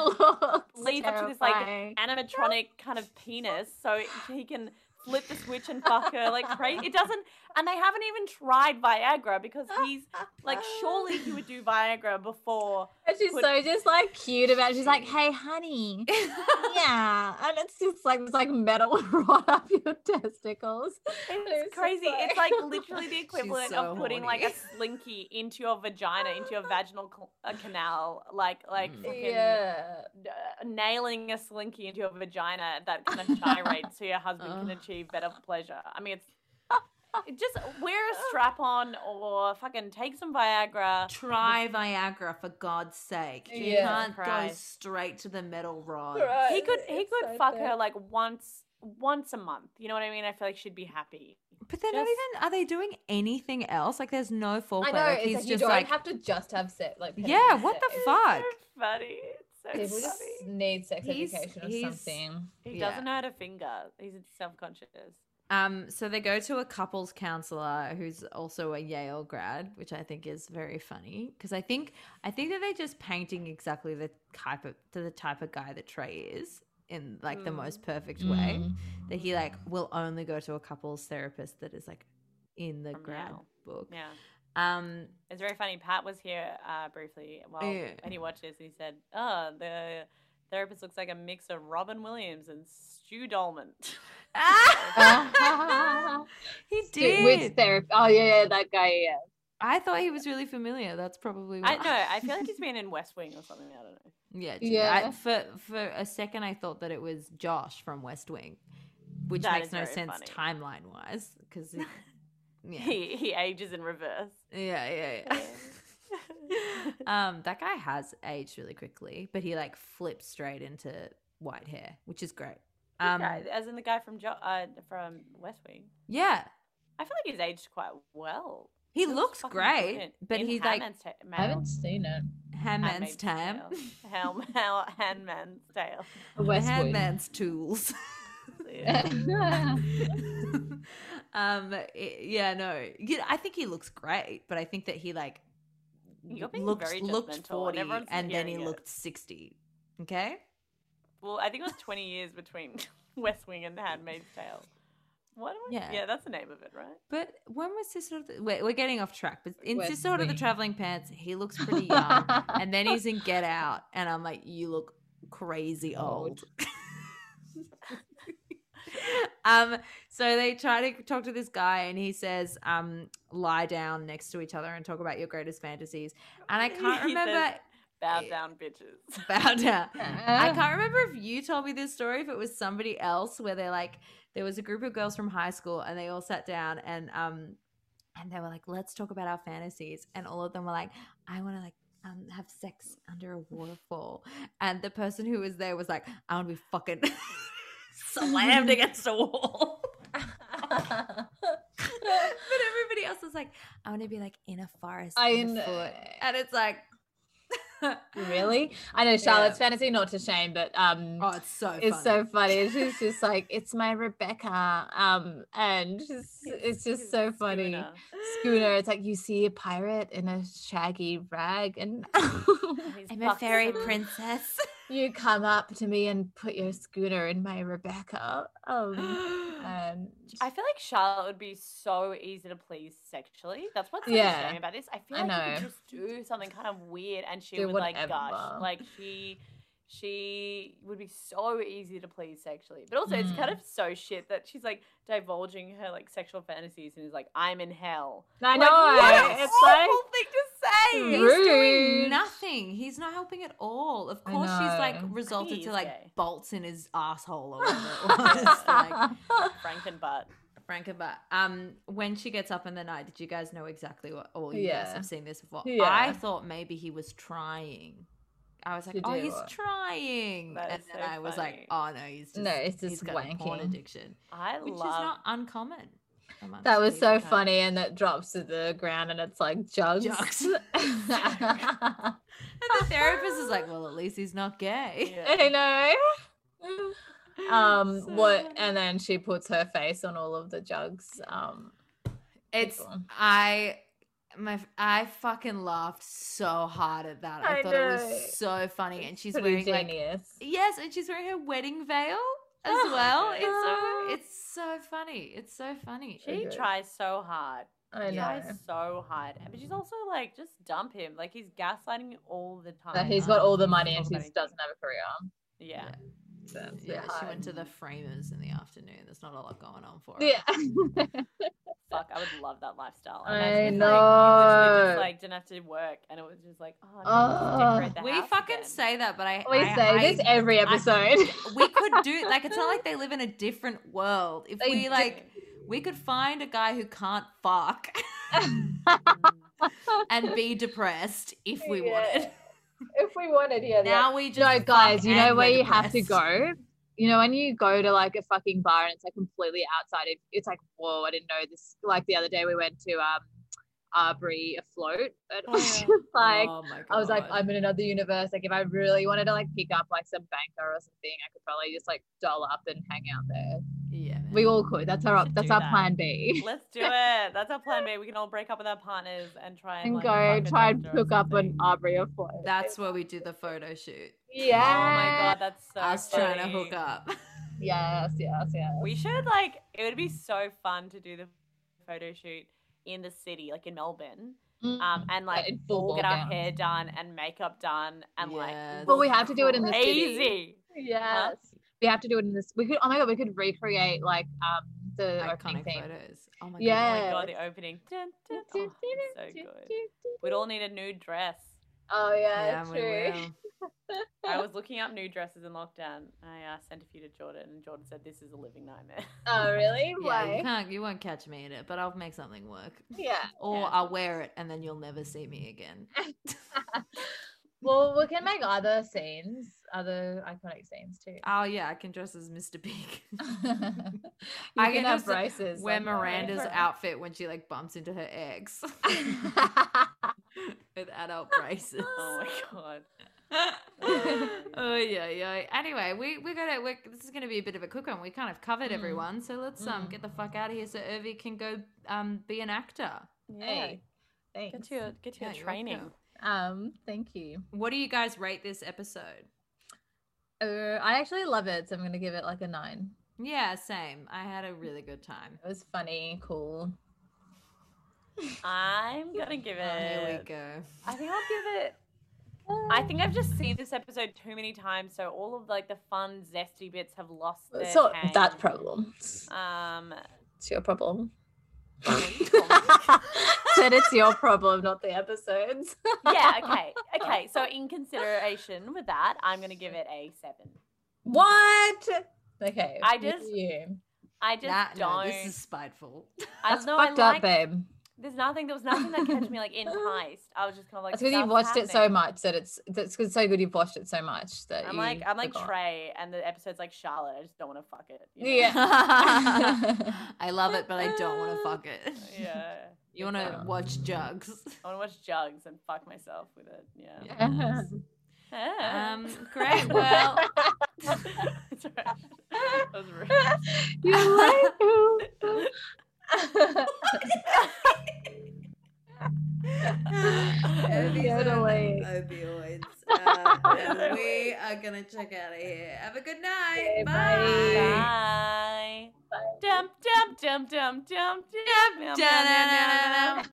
Speaker 1: leads up to this, like, animatronic kind of penis, so he can flip the switch and fuck her like crazy. It doesn't, and they haven't even tried Viagra because he's like, surely he would do Viagra before.
Speaker 3: And she's
Speaker 1: put-
Speaker 3: so just like cute about. It. She's like, "Hey, honey, yeah," and it's just like this like metal rod up your testicles.
Speaker 1: It's crazy. It's like literally the equivalent
Speaker 2: so
Speaker 1: of putting like a
Speaker 2: horny.
Speaker 1: slinky into your vagina, into your vaginal cl- uh, canal, like like
Speaker 2: Mm.
Speaker 1: fucking
Speaker 3: yeah.
Speaker 1: uh, nailing a slinky into your vagina that kind of gyrate so your husband can
Speaker 2: Ugh.
Speaker 1: achieve better pleasure. I mean, it's it just wear a strap on or fucking take some Viagra.
Speaker 2: Try Viagra for God's sake. You
Speaker 3: Yeah.
Speaker 2: can't go
Speaker 1: Christ.
Speaker 2: straight to the metal rod.
Speaker 3: Right.
Speaker 1: He could he
Speaker 3: It's
Speaker 1: could
Speaker 3: so
Speaker 1: fuck
Speaker 3: bad.
Speaker 1: her like once once a month. You know what I mean? I feel like she'd be happy.
Speaker 2: But they're not
Speaker 1: Just-
Speaker 2: even. Are they doing anything else? Like, there's no foreplay.
Speaker 3: I know.
Speaker 2: like,
Speaker 3: it's
Speaker 2: he's
Speaker 3: like you
Speaker 2: just
Speaker 3: don't
Speaker 2: like,
Speaker 3: have to just have sex. Like,
Speaker 2: Yeah,
Speaker 3: penetrative
Speaker 2: what the
Speaker 3: sex.
Speaker 1: It's so funny. It's
Speaker 2: Fuck.
Speaker 1: so
Speaker 3: People just
Speaker 1: funny.
Speaker 3: need sex
Speaker 2: He's-
Speaker 3: education or
Speaker 2: he's-
Speaker 3: something.
Speaker 1: He
Speaker 2: Yeah.
Speaker 1: doesn't hurt a finger. He's self conscious.
Speaker 2: Um, so they go to a couples counselor who's also a Yale grad, which I think is very funny because I think I think that they're just painting exactly the type of to the type of guy that Trey is in like the
Speaker 1: Mm.
Speaker 2: most perfect way.
Speaker 3: Mm.
Speaker 2: That he like will only go to a couples therapist that is like in the
Speaker 1: From
Speaker 2: grad
Speaker 1: Yale.
Speaker 2: book.
Speaker 1: Yeah.
Speaker 2: Um,
Speaker 1: It's very funny. Pat was here uh, briefly while
Speaker 2: Yeah.
Speaker 1: and he watched this and he said, Oh, the therapist looks like a mix of Robin Williams and Stu Dolman.
Speaker 2: he
Speaker 3: Mm. Dude,
Speaker 2: did.
Speaker 3: With therapy. Oh yeah, yeah, that guy. Yeah.
Speaker 2: I thought he was really familiar. That's probably why.
Speaker 1: I know. I feel like he's been in West Wing or something. I don't know.
Speaker 2: Yeah, yeah.
Speaker 3: Yeah.
Speaker 2: for for a second, I thought that it was Josh from West Wing, which
Speaker 1: That
Speaker 2: makes
Speaker 1: is
Speaker 2: no
Speaker 1: very
Speaker 2: sense
Speaker 1: funny.
Speaker 2: timeline wise, because yeah, yeah,
Speaker 1: He, he ages in reverse.
Speaker 2: yeah, yeah. um, that guy has aged really quickly, but he like flips straight into white hair, which is great. Um,
Speaker 1: Okay, As in the guy from jo- uh, from West Wing.
Speaker 2: yeah,
Speaker 1: I feel like he's aged quite well.
Speaker 2: He looks
Speaker 1: fucking
Speaker 2: great,
Speaker 1: brilliant
Speaker 2: but
Speaker 1: in
Speaker 2: he's like
Speaker 1: Handmaid's Ta-
Speaker 3: I haven't seen it.
Speaker 2: Handman's
Speaker 1: Handmaid's
Speaker 2: Tam,
Speaker 1: Tale. Helm, Hel- Handman's Tale.
Speaker 3: Westwood.
Speaker 2: Handman's Tools.
Speaker 1: Yeah.
Speaker 2: um, it- yeah, no, yeah, I think he looks great, but I think that he like
Speaker 1: You're being
Speaker 2: looked
Speaker 1: very judgmental,
Speaker 2: looked
Speaker 1: and
Speaker 2: forty and,
Speaker 1: everyone's
Speaker 2: then he
Speaker 1: hearing it.
Speaker 2: looked sixty. Okay,
Speaker 1: Well, I think it was 20 years between West Wing and The Handmaid's Tale. What? am I-
Speaker 2: Yeah.
Speaker 1: yeah, that's the name of it, right?
Speaker 2: but when was Sisterhood? Of the, wait, we're getting off track. But in
Speaker 3: West
Speaker 2: Sisterhood of the
Speaker 3: Wing.
Speaker 2: Traveling Pants, he looks pretty uh, young, and then he's in Get Out, and I'm like, you look crazy old.
Speaker 3: Old.
Speaker 2: um, so they try to talk to this guy, and he says, um, "Lie down next to each other and talk about your greatest fantasies." And I can't
Speaker 1: He says,
Speaker 2: remember.
Speaker 1: Bow
Speaker 2: Yeah.
Speaker 1: down, bitches.
Speaker 2: Bow down. I
Speaker 3: I
Speaker 2: can't remember if you told me this story, if it was somebody else, where they're like, there was a group of girls from high school and they all sat down and um and they were like, let's talk about our fantasies. And all of them were like, I wanna like um have sex under a waterfall. And the person who was there was like, I wanna be fucking slammed against a wall. but everybody else was like, I wanna be like in a forest.
Speaker 3: I
Speaker 2: in a
Speaker 3: know.
Speaker 2: foot. And it's like
Speaker 3: really? I know Charlotte's fantasy, not to shame, but um,
Speaker 2: Oh, it's so funny.
Speaker 3: it's so funny. She's just like, it's my Rebecca, um, and just, it's just so funny.
Speaker 1: Schooner.
Speaker 3: Schooner, it's like you see a pirate in a shaggy rag, and
Speaker 1: He's
Speaker 2: I'm a fairy
Speaker 1: buxom.
Speaker 2: princess.
Speaker 3: you come up to me and put your schooner in my Rebecca. Um, and
Speaker 1: I feel like Charlotte would be so easy to please sexually. That's what's so
Speaker 3: Yeah.
Speaker 1: yeah. about this. I feel
Speaker 3: I
Speaker 1: like you
Speaker 3: know.
Speaker 1: could just do something kind of weird and she
Speaker 3: Do
Speaker 1: would like
Speaker 3: whatever.
Speaker 1: gush. Like she she would be so easy to please sexually. But also it's kind
Speaker 3: Mm.
Speaker 1: of so shit that she's like divulging her like sexual fantasies and is like, I'm in hell.
Speaker 3: I
Speaker 1: Like,
Speaker 3: know
Speaker 1: what an
Speaker 3: it's like hmm.
Speaker 1: awful thing to say.
Speaker 2: He's
Speaker 3: Rude.
Speaker 2: doing nothing. He's not helping at all. Of
Speaker 3: I
Speaker 2: course, she's like
Speaker 3: know.
Speaker 2: resulted
Speaker 1: He's
Speaker 2: to like
Speaker 1: gay.
Speaker 2: bolts in his asshole or whatever it was. like,
Speaker 1: Frankenbutt.
Speaker 2: Frankenbut. Um, when she gets up in the night, did you guys know exactly what? All you guys
Speaker 3: Yeah.
Speaker 2: have seen this before.
Speaker 3: Yeah.
Speaker 2: I thought maybe he was trying. I was like,
Speaker 3: To
Speaker 2: oh,
Speaker 3: do
Speaker 2: he's
Speaker 3: what?
Speaker 2: trying,
Speaker 1: That
Speaker 2: and
Speaker 1: is
Speaker 2: then
Speaker 1: so
Speaker 2: I was
Speaker 1: funny.
Speaker 2: like, oh no, he's just
Speaker 3: No, it's
Speaker 2: he's
Speaker 3: just
Speaker 2: got a porn
Speaker 3: wanking.
Speaker 2: addiction,
Speaker 1: I
Speaker 2: which is
Speaker 1: love
Speaker 2: not uncommon. amongst
Speaker 3: That was
Speaker 2: people
Speaker 3: so
Speaker 2: currently.
Speaker 3: funny, and it drops to the ground, and it's like jugs.
Speaker 2: Jugs. And the therapist is like, well, at least he's not gay.
Speaker 1: yeah.
Speaker 3: I know. Um,
Speaker 2: So
Speaker 3: what?
Speaker 2: funny.
Speaker 3: And then she puts her face on all of the jugs. Um,
Speaker 2: It's
Speaker 3: people.
Speaker 2: I my I fucking laughed so hard at that. I,
Speaker 3: I
Speaker 2: thought it
Speaker 3: know.
Speaker 2: was so funny, and she's
Speaker 3: pretty
Speaker 2: wearing like
Speaker 3: genius. Ah.
Speaker 2: yes, and she's wearing her wedding veil as
Speaker 1: Oh my
Speaker 2: well. It's
Speaker 3: God.
Speaker 2: so it's so funny. It's so funny.
Speaker 1: She
Speaker 3: Okay.
Speaker 1: tries so hard.
Speaker 3: I know.
Speaker 1: tries so hard. But she's also like, just dump him. Like he's gaslighting you all the time.
Speaker 3: That he's got all the money and
Speaker 1: Talk
Speaker 3: she
Speaker 1: about
Speaker 3: doesn't have a career.
Speaker 1: Yeah.
Speaker 3: So it's a bit
Speaker 2: yeah, she
Speaker 3: hard.
Speaker 2: went to the framers in the afternoon. There's not a lot going on for her.
Speaker 3: Yeah.
Speaker 1: Fuck, I would love that lifestyle.
Speaker 3: I
Speaker 1: Imagine, Like, you literally just
Speaker 3: know.
Speaker 1: like didn't have to work and it was just like, oh, no, I'll just decorate the
Speaker 2: We
Speaker 1: house
Speaker 2: fucking
Speaker 1: again.
Speaker 2: say that, but I
Speaker 3: we
Speaker 2: I-
Speaker 3: say
Speaker 2: I-
Speaker 3: this every episode.
Speaker 2: we could do like it's not like they live in a different world. If
Speaker 3: They
Speaker 2: we
Speaker 3: do.
Speaker 2: like we could find a guy who can't fuck and be depressed if we
Speaker 3: Yeah.
Speaker 2: wanted.
Speaker 3: if we wanted, yeah.
Speaker 2: Now we just
Speaker 3: no,
Speaker 2: fuck
Speaker 3: guys, you know
Speaker 2: and
Speaker 3: where
Speaker 2: we're
Speaker 3: you have to
Speaker 2: depressed.
Speaker 3: go? You know, when you go to like a fucking bar and it's like completely outside, it, it's like, whoa, I didn't know this. Like the other day we went to um Arbury afloat, but I was just like,
Speaker 2: Oh my
Speaker 3: I was like,
Speaker 2: God.
Speaker 3: I'm in another universe. Like if I really wanted to like pick up like some banker or something, I could probably just like doll up and hang out there.
Speaker 2: yeah, man.
Speaker 3: We all could. That's
Speaker 1: We
Speaker 3: our
Speaker 1: should
Speaker 3: that's
Speaker 1: do
Speaker 3: our
Speaker 1: that.
Speaker 3: plan B.
Speaker 1: Let's do it. That's our plan B. We can all break up with our partners and try and,
Speaker 3: And
Speaker 1: like,
Speaker 3: go
Speaker 1: fuck a
Speaker 3: try and
Speaker 1: doctor or
Speaker 3: hook up an
Speaker 1: something.
Speaker 3: Arbury afloat.
Speaker 2: that's where we do the photo shoot.
Speaker 3: yeah.
Speaker 1: Oh my god, that's so
Speaker 2: Us trying
Speaker 1: funny.
Speaker 2: to hook up.
Speaker 3: Yes, yes, yes.
Speaker 1: We should like it would be so fun to do the photo shoot in the city, like in Melbourne. Um and like
Speaker 3: in full
Speaker 1: all
Speaker 3: ball
Speaker 1: get our
Speaker 3: gowns.
Speaker 1: hair done and makeup done and
Speaker 2: Yes.
Speaker 1: like
Speaker 3: Well, we have to do it in the city.
Speaker 1: crazy.
Speaker 3: Yes. We have to do it in this. We could. Oh my god, we could recreate like um the opening
Speaker 2: Iconic
Speaker 3: thing.
Speaker 2: photos. Oh my
Speaker 1: Oh my
Speaker 3: Yeah.
Speaker 1: god, the opening. Dun, dun. Oh, it'd be so good. We'd all need a new dress.
Speaker 3: Oh
Speaker 2: god.
Speaker 3: yeah,
Speaker 2: Yeah, we
Speaker 3: true.
Speaker 2: will.
Speaker 1: I was looking up new dresses in lockdown. I uh, sent a few to Jordan, and Jordan said, "This is a living nightmare."
Speaker 3: Oh really?
Speaker 2: Yeah, you
Speaker 3: Why?
Speaker 2: can't. You won't catch me in it, but I'll make something work.
Speaker 3: Yeah.
Speaker 2: Or
Speaker 1: Yeah.
Speaker 2: I'll wear it and then you'll never see me again.
Speaker 3: Well, we can make other scenes other iconic scenes too.
Speaker 2: Oh yeah, I can dress as Mr. Big.
Speaker 3: You
Speaker 2: I
Speaker 3: can
Speaker 2: can
Speaker 3: have
Speaker 2: just
Speaker 3: braces.
Speaker 2: Wear
Speaker 3: like that.
Speaker 2: Miranda's
Speaker 1: Right.
Speaker 2: outfit when she like bumps into her ex with adult braces.
Speaker 1: Oh my god.
Speaker 2: oh yeah, yeah. Anyway, we we gotta. We're, this is gonna be a bit of a quick one. We kind of covered
Speaker 3: Mm.
Speaker 2: everyone, so let's um
Speaker 3: Mm.
Speaker 2: get the fuck out of here so Irvi can go um be an actor.
Speaker 1: Yeah.
Speaker 3: Hey,
Speaker 1: Get
Speaker 3: thanks.
Speaker 1: to your get to
Speaker 2: Yeah,
Speaker 1: your
Speaker 2: you're
Speaker 1: training.
Speaker 2: welcome.
Speaker 3: Um, thank you.
Speaker 2: What do you guys rate this episode?
Speaker 3: Uh, I actually love it, so I'm gonna give it like a nine.
Speaker 2: Yeah, same. I had a really good time.
Speaker 3: It was funny, cool.
Speaker 1: I'm gonna give it.
Speaker 2: Oh, here we go.
Speaker 1: I think I'll give it. I think I've just seen this episode too many times, so all of like the fun, zesty bits have lost their
Speaker 3: uh, So
Speaker 1: tang.
Speaker 3: that problem. It's
Speaker 1: Um,
Speaker 3: your problem.
Speaker 1: yeah,
Speaker 3: Said it's your problem, not the episodes.
Speaker 1: okay, okay. So in consideration with that, I'm gonna give it a seven.
Speaker 3: What? Okay.
Speaker 1: I
Speaker 3: you
Speaker 1: just-
Speaker 3: do you.
Speaker 1: I just
Speaker 2: That- no,
Speaker 1: don't.
Speaker 2: this is spiteful.
Speaker 1: I
Speaker 3: That's
Speaker 1: don't know. I
Speaker 3: fucked
Speaker 1: like.
Speaker 3: up, babe.
Speaker 1: There's nothing. There was nothing that catch me like enticed. I was just kind of like.
Speaker 3: that's because you've
Speaker 1: "Stuff's
Speaker 3: watched it so
Speaker 1: happening."
Speaker 3: much that it's that's good- so good you've watched it so much that
Speaker 1: I'm
Speaker 3: you
Speaker 1: like I'm like
Speaker 3: forgot.
Speaker 1: Trey, and the episode's like Charlotte. I just don't want to fuck it. you know?
Speaker 3: Yeah.
Speaker 2: I love it, but I don't want to fuck it.
Speaker 1: Yeah.
Speaker 2: You want to
Speaker 3: Yeah.
Speaker 2: watch Jugs?
Speaker 1: I want to watch Jugs and fuck myself with it. Yeah.
Speaker 3: Yeah.
Speaker 1: Ah.
Speaker 2: Um, great. Well,
Speaker 1: That's right. That was rude.
Speaker 3: You like-
Speaker 4: Opioids.
Speaker 3: Totally.
Speaker 4: Opioids. Uh, and we are gonna check out of here. Have a good night.
Speaker 3: Okay, bye.
Speaker 4: Bye.
Speaker 1: Bye. Dum dum dum dum dum dum
Speaker 2: Da-da-da-da-da.